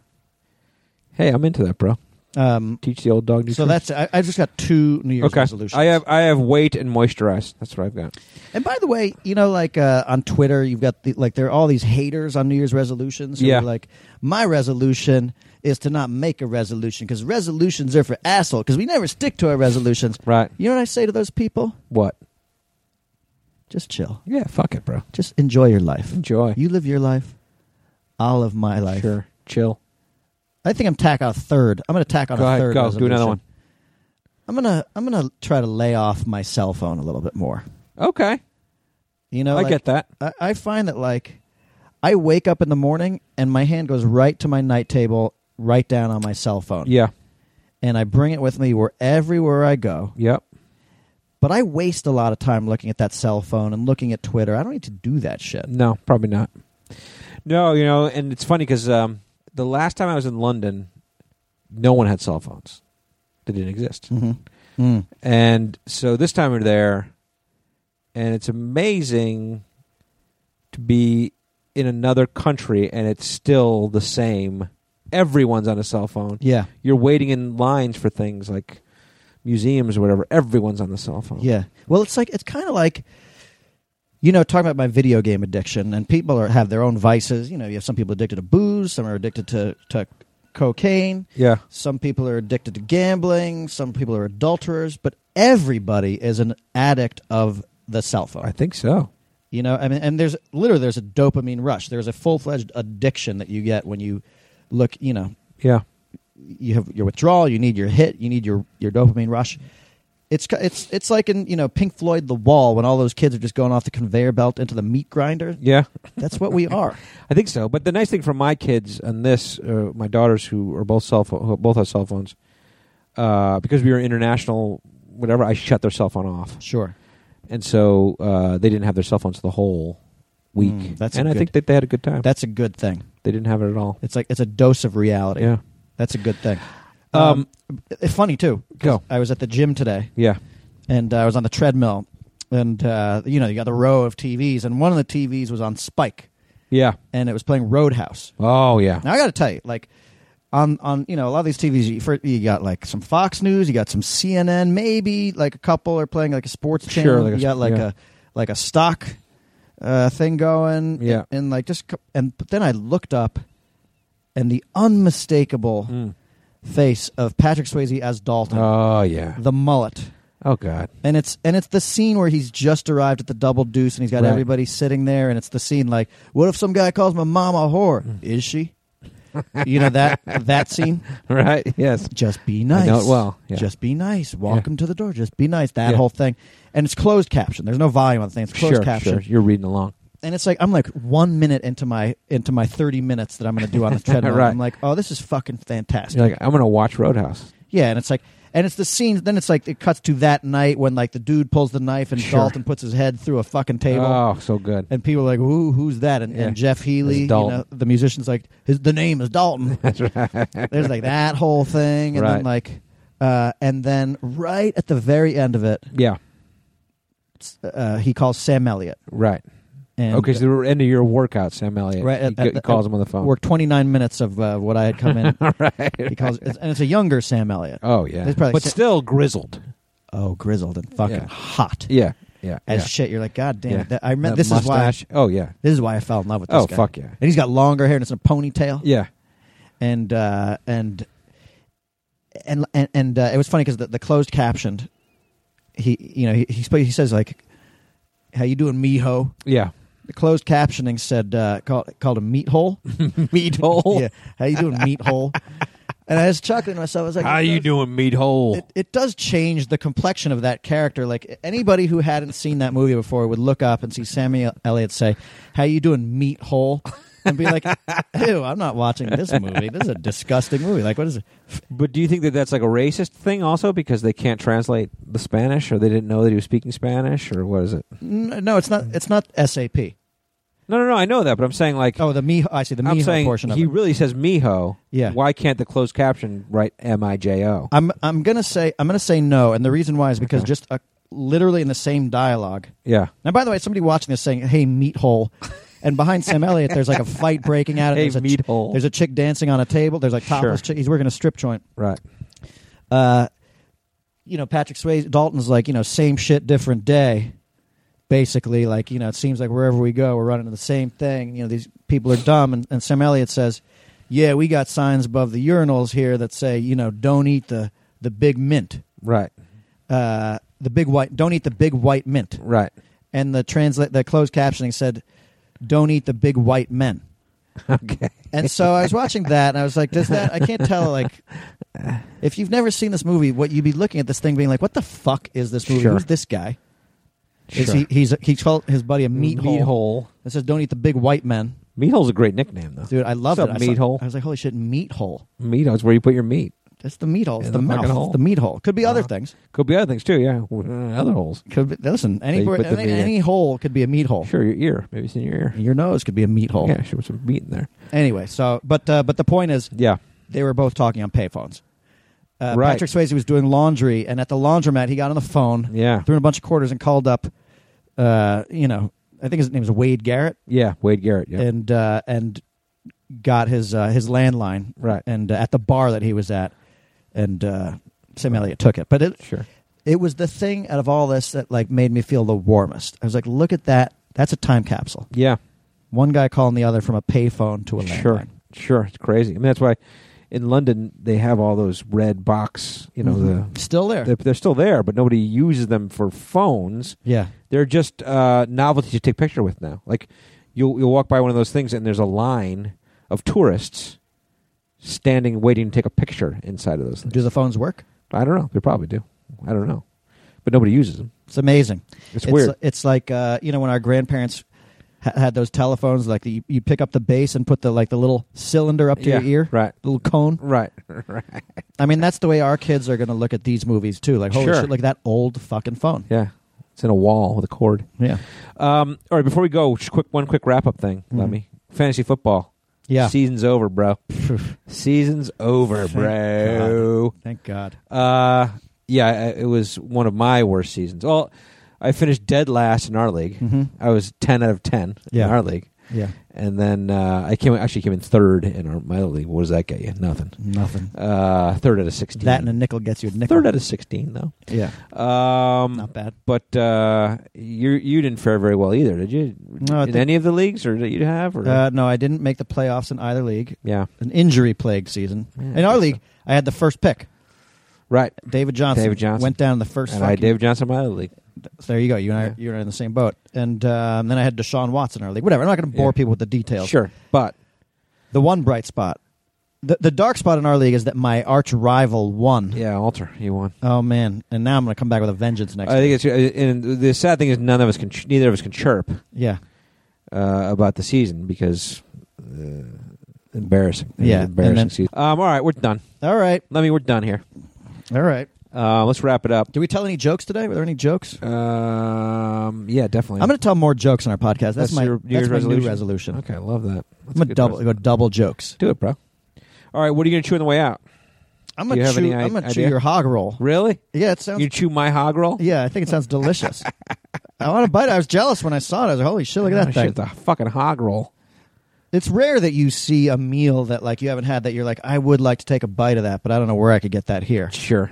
Hey, I'm into that, bro.
Um,
Teach the old dog new
so
tricks.
that's I, I've just got two New Year's
okay.
resolutions.
I have I have weight and moisturize. That's what I've got.
And by the way, you know, like uh, on Twitter, you've got the, like there are all these haters on New Year's resolutions. who
Yeah.
are Like my resolution is to not make a resolution because resolutions are for asshole because we never stick to our resolutions.
Right.
You know what I say to those people?
What?
Just chill.
Yeah. Fuck it, bro.
Just enjoy your life.
Enjoy.
You live your life. I'll live my life.
Sure. Chill.
I think I'm tack on a third. I'm going to tack on
Go
a
ahead,
third.
go. Do
resolution.
another one.
I'm gonna I'm gonna try to lay off my cell phone a little bit more.
Okay.
You know,
I
like,
get that.
I, I find that like I wake up in the morning and my hand goes right to my night table, right down on my cell phone.
Yeah.
And I bring it with me where everywhere I go.
Yep.
But I waste a lot of time looking at that cell phone and looking at Twitter. I don't need to do that shit.
No, probably not. No, you know, and it's funny because um, the last time I was in London, no one had cell phones; they didn't exist.
Mm-hmm. Mm.
And so this time we're there, and it's amazing to be in another country and it's still the same. Everyone's on a cell phone.
Yeah.
You're waiting in lines for things like museums or whatever. Everyone's on the cell phone.
Yeah. Well, it's like it's kind of like you know talking about my video game addiction and people are have their own vices. You know, you have some people addicted to booze, some are addicted to to cocaine,
yeah,
some people are addicted to gambling, some people are adulterers, but everybody is an addict of the cell phone.
I think so.
You know, I mean, and there's literally there's a dopamine rush. There's a full fledged addiction that you get when you look. You know,
Yeah,
you have your withdrawal, you need your hit, you need your your dopamine rush. It's ki- it's it's like in you know Pink Floyd The Wall when all those kids are just going off the conveyor belt into the meat grinder.
yeah.
That's what we are.
I think so. But the nice thing for my kids and this, uh, my daughters who are both cell phone, who both have cell phones, uh, because we were international, whatever. I shut their cell phone off,
Sure.
and so uh, they didn't have their cell phones the whole week.
Mm, that's a
and I
good-
think that they had a good time.
That's a good thing.
they didn't have it at all.
It's like it's a dose of reality.
Yeah,
That's a good thing.
Um,
it's funny too. 'cause
go.
I was at the gym today
yeah,
and uh, I was on the treadmill and uh, you know, you got the row of TVs and one of the TVs was on Spike
yeah.
and it was playing Roadhouse.
Oh yeah,
Now I got to tell you, like on on you know a lot of these TVs, you, for, you got like some Fox News, you got some CNN, maybe like a couple are playing like a sports
Sure,
channel.
like a
you got
sp-
like
yeah.
a like a stock uh, thing going.
Yeah.
and, and, like just co- and but then I looked up, and the unmistakable
Mm.
face of Patrick Swayze as Dalton,
oh yeah.
the mullet.
Oh god.
And it's and it's the scene where he's just arrived at the double deuce and he's got
Right.
everybody sitting there and it's the scene like, what if some guy calls my mom a
Hmm.
whore? Is she? you know that that scene.
Right. Yes.
Just be nice.
know it well, yeah.
Just be nice. Welcome to the door. Just be nice. That
Yeah.
whole thing, and it's closed caption. There's no volume on the thing. It's closed
sure. Sure.
caption,
You're reading along.
and it's like I'm like one minute into my into my 30 minutes that I'm going to do on the treadmill. and
Right.
I'm like, oh, this is fucking fantastic.
You're like, I'm gonna watch Roadhouse.
Yeah, and it's like, and it's the scene. Then it's like it cuts to that night when like the dude pulls the knife and
Sure.
Dalton puts his head through a fucking table,
Oh, so good.
and people are like, "Who? Who's that?" And,
Yeah.
and Jeff Healy, you
It's Dalton.
know, the musician's like, "His the name is Dalton." That's right. There's like that whole thing, and
Right.
then like, uh, and then right at the very end of it,
Yeah.
uh, he calls Sam Elliott.
Right.
And
okay, so the end of your workout, Sam Elliott.
Right,
he
at-
g-
at the-
calls him on the phone.
worked 29 minutes of uh, what I had come in.
right.
he calls, and it's a younger Sam Elliott.
Oh yeah,
There's probably
but
si-
still grizzled.
Oh, grizzled and fucking
Yeah.
hot.
Yeah, yeah.
As
yeah.
shit, you're like, God damn
Yeah.
it! That, I remember
That
this is why
mustache. Oh yeah,
This is why I fell in love with this
Oh,
guy.
fuck yeah.
And he's got longer hair and it's in a ponytail.
yeah.
And uh, and and and, and uh, it was funny because the, the closed captioned, he you know he he, sp- he says like, "How you doing, mijo?"
Yeah,
The closed captioning said uh, called called him meat hole.
meat hole.
yeah, how you doing, meat hole? And I was chuckling to myself. I was like,
How you
doing?
doing, meat hole?
It, it does change the complexion of that character. Like anybody who hadn't seen that movie before would look up and see Samuel Elliott say, "How you doing, meat hole?" and be like, "Ew, I'm not watching this movie. This is a disgusting movie. Like, what is it?"
but do you think that that's like a racist thing also because they can't translate the Spanish or they didn't know that he was speaking Spanish or what is it?
N- No, it's not. It's not SAP.
No, no, no. I know that, but I'm saying like
Oh, the me. I see the
I'm
me
saying
portion of
he
it.
really says mijo.
Yeah.
Why can't the closed caption write M I J O?
I'm I'm gonna say I'm gonna say no, and the reason why is because just uh literally in the same dialogue.
Yeah.
Now, by the way, somebody watching this saying, "Hey, meat hole," and behind Sam Elliott, there's like a fight breaking out. and
Hey,
there's a
meat
ch-
hole.
There's a chick dancing on a table. There's like topless
Sure.
chick. He's working a strip joint,
Right.
uh, you know, Patrick Swayze, Dalton's like, you know, same shit, different day. Basically, like, you know, it seems like wherever we go, we're running into the same thing. You know, these people are dumb. And, and Sam Elliott says, yeah, we got signs above the urinals here that say, you know, don't eat the, the big mint.
Right.
Uh, the big white, don't eat the big white mint.
Right.
And the translate, the closed captioning said, don't eat the big white men.
Okay.
And so I was watching that, and I was like, "Does that?" I can't tell. Like, if you've never seen this movie, what you'd be looking at this thing, being like, "What the fuck is this movie?
Sure.
Who's this guy?" Is
Sure.
he? He's he called his buddy a meat hole.
Meat hole.
It says, "Don't eat the big white men,
Meat hole's a great nickname though.
dude." I love
What's
it.
up,
I saw-
meat hole?
I was like, "Holy shit, meat hole."
Meat hole's where you put your meat.
That's the meat hole. It's
Yeah,
the,
the
mouth.
fucking hole.
The meat hole could be other things.
Could be other things too. Yeah. uh, Other holes.
Could be, listen, any
you
word-
put the
any,
meat in.
any hole could be a meat hole.
Sure. Your ear. Maybe it's in your ear.
Your nose could be a meat hole.
Yeah. Sure. Some meat in there.
Anyway, so but uh, but the point is,
Yeah.
they were both talking on payphones. Uh,
Right.
Patrick Swayze was doing laundry, and at the laundromat, he got on the phone,
Yeah.
threw in a bunch of quarters, and called up. Uh, you know, I think his name is Wade Garrett,
Yeah. Wade Garrett. Yeah.
and uh, and got his uh, his landline
Right.
and uh, at the bar that he was at, and uh, Sam Elliott took it. But it
Sure.
it was the thing out of all this that like made me feel the warmest. I was like, look at that. That's a time capsule.
Yeah.
One guy calling the other from a payphone to a landline.
Sure. Sure. It's crazy. I mean that's why in London they have all those red box. You know
Mhm.
the.
still there.
They're, they're still there, but nobody uses them for phones.
yeah.
They're just uh, novelties to take picture with now. Like you'll you'll walk by one of those things and there's a line of tourists standing waiting to take a picture inside of those things.
Do the phones work?
I don't know. They probably do. I don't know, but nobody uses them.
It's amazing.
It's, weird.
It's like uh, you know when our grandparents ha- had those telephones, like you, you pick up the bass and put the like the little cylinder up to
Yeah,
your ear,
right.
Little cone.
Right, right.
I mean, that's the way our kids are going to look at these movies too. Like holy
Sure.
shit, like that old fucking phone.
Yeah, it's in a wall with a cord.
yeah,
Um, all right, before we go, just quick one quick wrap up thing.
Mhm.
Let me fantasy football.
yeah.
season's over, bro.
Phew.
Season's over,
Thank
bro.
Thank God.
Uh, yeah, I- it was one of my worst seasons. Well, I finished dead last in our league.
hmm
I was ten out of ten
Yeah.
in our league,
Yeah,
and then uh, I came actually came in third in our my other league. What does that get you? Nothing.
nothing.
Uh, third out of sixteen.
That and a nickel gets you a nickel.
third out of sixteen though.
yeah,
Um,
not bad.
but uh, you you didn't fare very well either, did you?
No, I
in
think-
any of the leagues, or that you have, or
Uh, no, I didn't make the playoffs in either league.
yeah,
An injury plagued season.
Yeah,
in
I
our
guess
league, I had the first pick.
right.
David Johnson.
David Johnson.
went down in the first.
And I had
fucking-
Dave Johnson in my other league.
there you go. You and I,
Yeah.
you and I are in the same boat. And um, then I had Deshaun Watson early. Whatever. I'm not going to bore
Yeah.
people with the details.
Sure, but
The one bright spot, the the dark spot in our league is that my arch rival won.
yeah, Alter, he won.
Oh man! And now I'm going to come back with a vengeance next.
I think
week.
it's uh, and the sad thing is none of us can neither of us can chirp
yeah,
uh, about the season because uh, embarrassing. It was
Yeah,
an
and
embarrassing
then-
season. Um, all right, we're done.
all right,
Let me, we're done here.
all right.
Uh, let's wrap it up.
Do we tell any jokes today? Were there any jokes?
Um, Oh, yeah, definitely.
I'm going to tell more jokes on our podcast.
That's
That's, my
your New
that's
Year's
my
resolution?
new resolution.
okay. I love that.
I'm
That's a
going to
good
double
person.
go double jokes.
Do it, bro. All right, what are you gonna chew on the way out?
I'm
Do
going
you
to
have
chew.
any i-
I'm going to chew
idea?
your hog roll.
Really?
Yeah, it sounds.
You chew my hog roll?
yeah, I think it sounds delicious. I want to bite. it. I was jealous when I saw it. I was like, "Holy shit! Look at
Oh,
that thing!"
shit, the fucking hog roll.
It's rare that you see a meal that like you haven't had that you're like, I would like to take a bite of that, but I don't know where I could get that here.
Sure,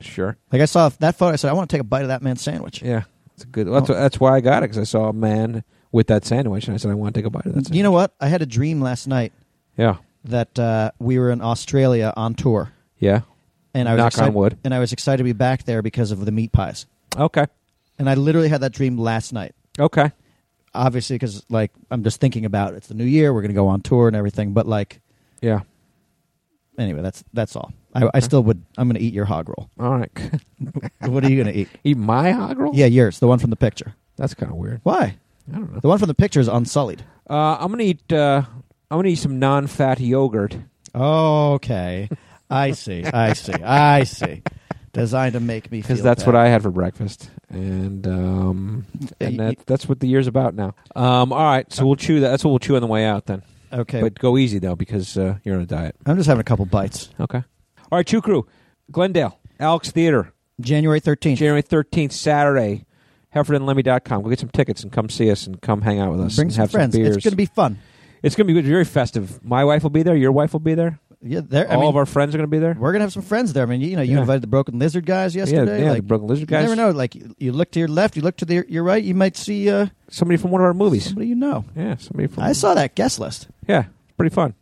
sure.
Like I saw that photo, I said, I want to take a bite of that man's sandwich.
Yeah, it's a good. That's, that's why I got it because I saw a man with that sandwich and I said I want to take a bite of that. Sandwich.
You know what? I had a dream last night
Yeah,
that uh, we were in Australia on tour,
yeah.
and I was
Knock on
excited,
wood.
and I was excited to be back there because of the meat pies.
Okay,
And I literally had that dream last night.
okay.
Obviously, because like I'm just thinking about it's the new year, we're gonna go on tour and everything. But like
Yeah.
anyway, that's that's all. I, I still would. I'm gonna eat your hog roll.
All right.
what are you gonna eat?
Eat my hog roll?
Yeah, yours, the one from the picture.
That's kind of weird.
Why?
I don't know.
The one from the picture is unsullied.
Uh, I'm gonna eat. Uh, I'm gonna eat some non-fat yogurt.
Okay. I see. I see. I see. Designed to make me feel
Because that's what I had for breakfast, and um, and that, that's what the year's about now. Um, all right, so we'll chew that. That's what we'll chew on the way out then.
I Okay.
But go easy though, because uh, you're on a diet.
I'm just having a couple bites.
Okay. All right, Chew Crew, Glendale, Alex Theater,
January 13th.
January 13th, Saturday, HeffernanLemmy.com. Go get some tickets and come see us and come hang out with us
Bring
and
some
have
friends.
some beers.
it's going to be fun.
It's gonna be good. Very festive. My wife will be there. Your wife will be there.
yeah, there. I
All
mean,
of our friends are going to be there.
we're gonna have some friends there. I mean, you know, you
Yeah.
invited the Broken Lizard guys yesterday.
yeah, yeah,
like,
the Broken Lizard guys.
You never know. Like you, you look to your left, you look to the, your right, you might see uh,
Somebody from one of our movies.
somebody you know.
Yeah, somebody from.
I saw that guest list.
Yeah, it's pretty fun.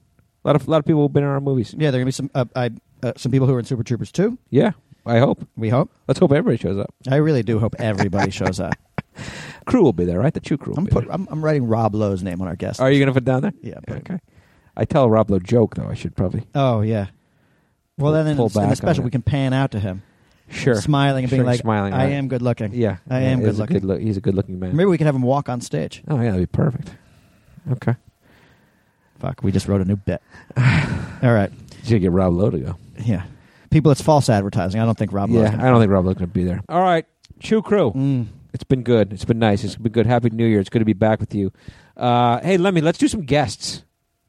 A lot of lot of people have been in our movies.
Yeah, there are gonna be some uh, I, uh, some people who are in Super Troopers too.
Yeah, I hope.
We hope.
Let's hope everybody shows up.
I really do hope everybody shows up.
Crew will be there, right? The Chew crew. Will
I'm,
be
put,
there.
I'm I'm writing Rob Lowe's name on our guest.
Are
list.
you going to put it down there?
Yeah. put it-
Okay. I tell a Rob Lowe joke though. I should probably
Oh yeah.
Pull-
Well, then in,
pull
the- in
back
the
on
special
it.
we can pan out to him,
sure.
smiling and being
Sure,
like,
smiling,
"I
right.
am good looking."
Yeah,
I am
he's a
good-looking.
look- he's a good looking man.
Maybe we can have him walk on stage.
Oh yeah, that'd be perfect. Okay.
Fuck, we just wrote a new bit. All right.
You should get Rob Lowe to go.
Yeah. People, it's false advertising. I don't think Rob. Lowe's
yeah,
gonna-
I don't think Rob Lowe's going to be there. All right, Chew Crew.
Mm.
It's been good. It's been nice. It's been good. Happy New Year. It's good to be back with you. Uh, hey, Lemmy, let's do some guests.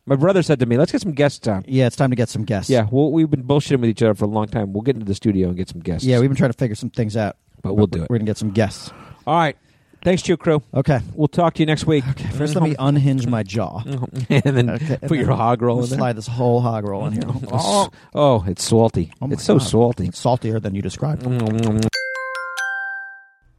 My brother said to me, "Let's get some guests on."
Yeah, it's time to get some guests.
Yeah, well, we've been bullshitting with each other for a long time. We'll get into the studio and get some guests.
Yeah, we've been trying to figure some things out.
but we'll do it.
We're gonna get some guests.
All right. Thanks, Chew Crew.
Okay.
We'll talk to you next week.
Okay. First, let me unhinge my jaw.
and then
Okay.
put your hog roll in there.
Slide this whole hog roll in here.
Oh, oh, it's salty.
Oh my
it's so
God.
salty.
It's saltier than you described.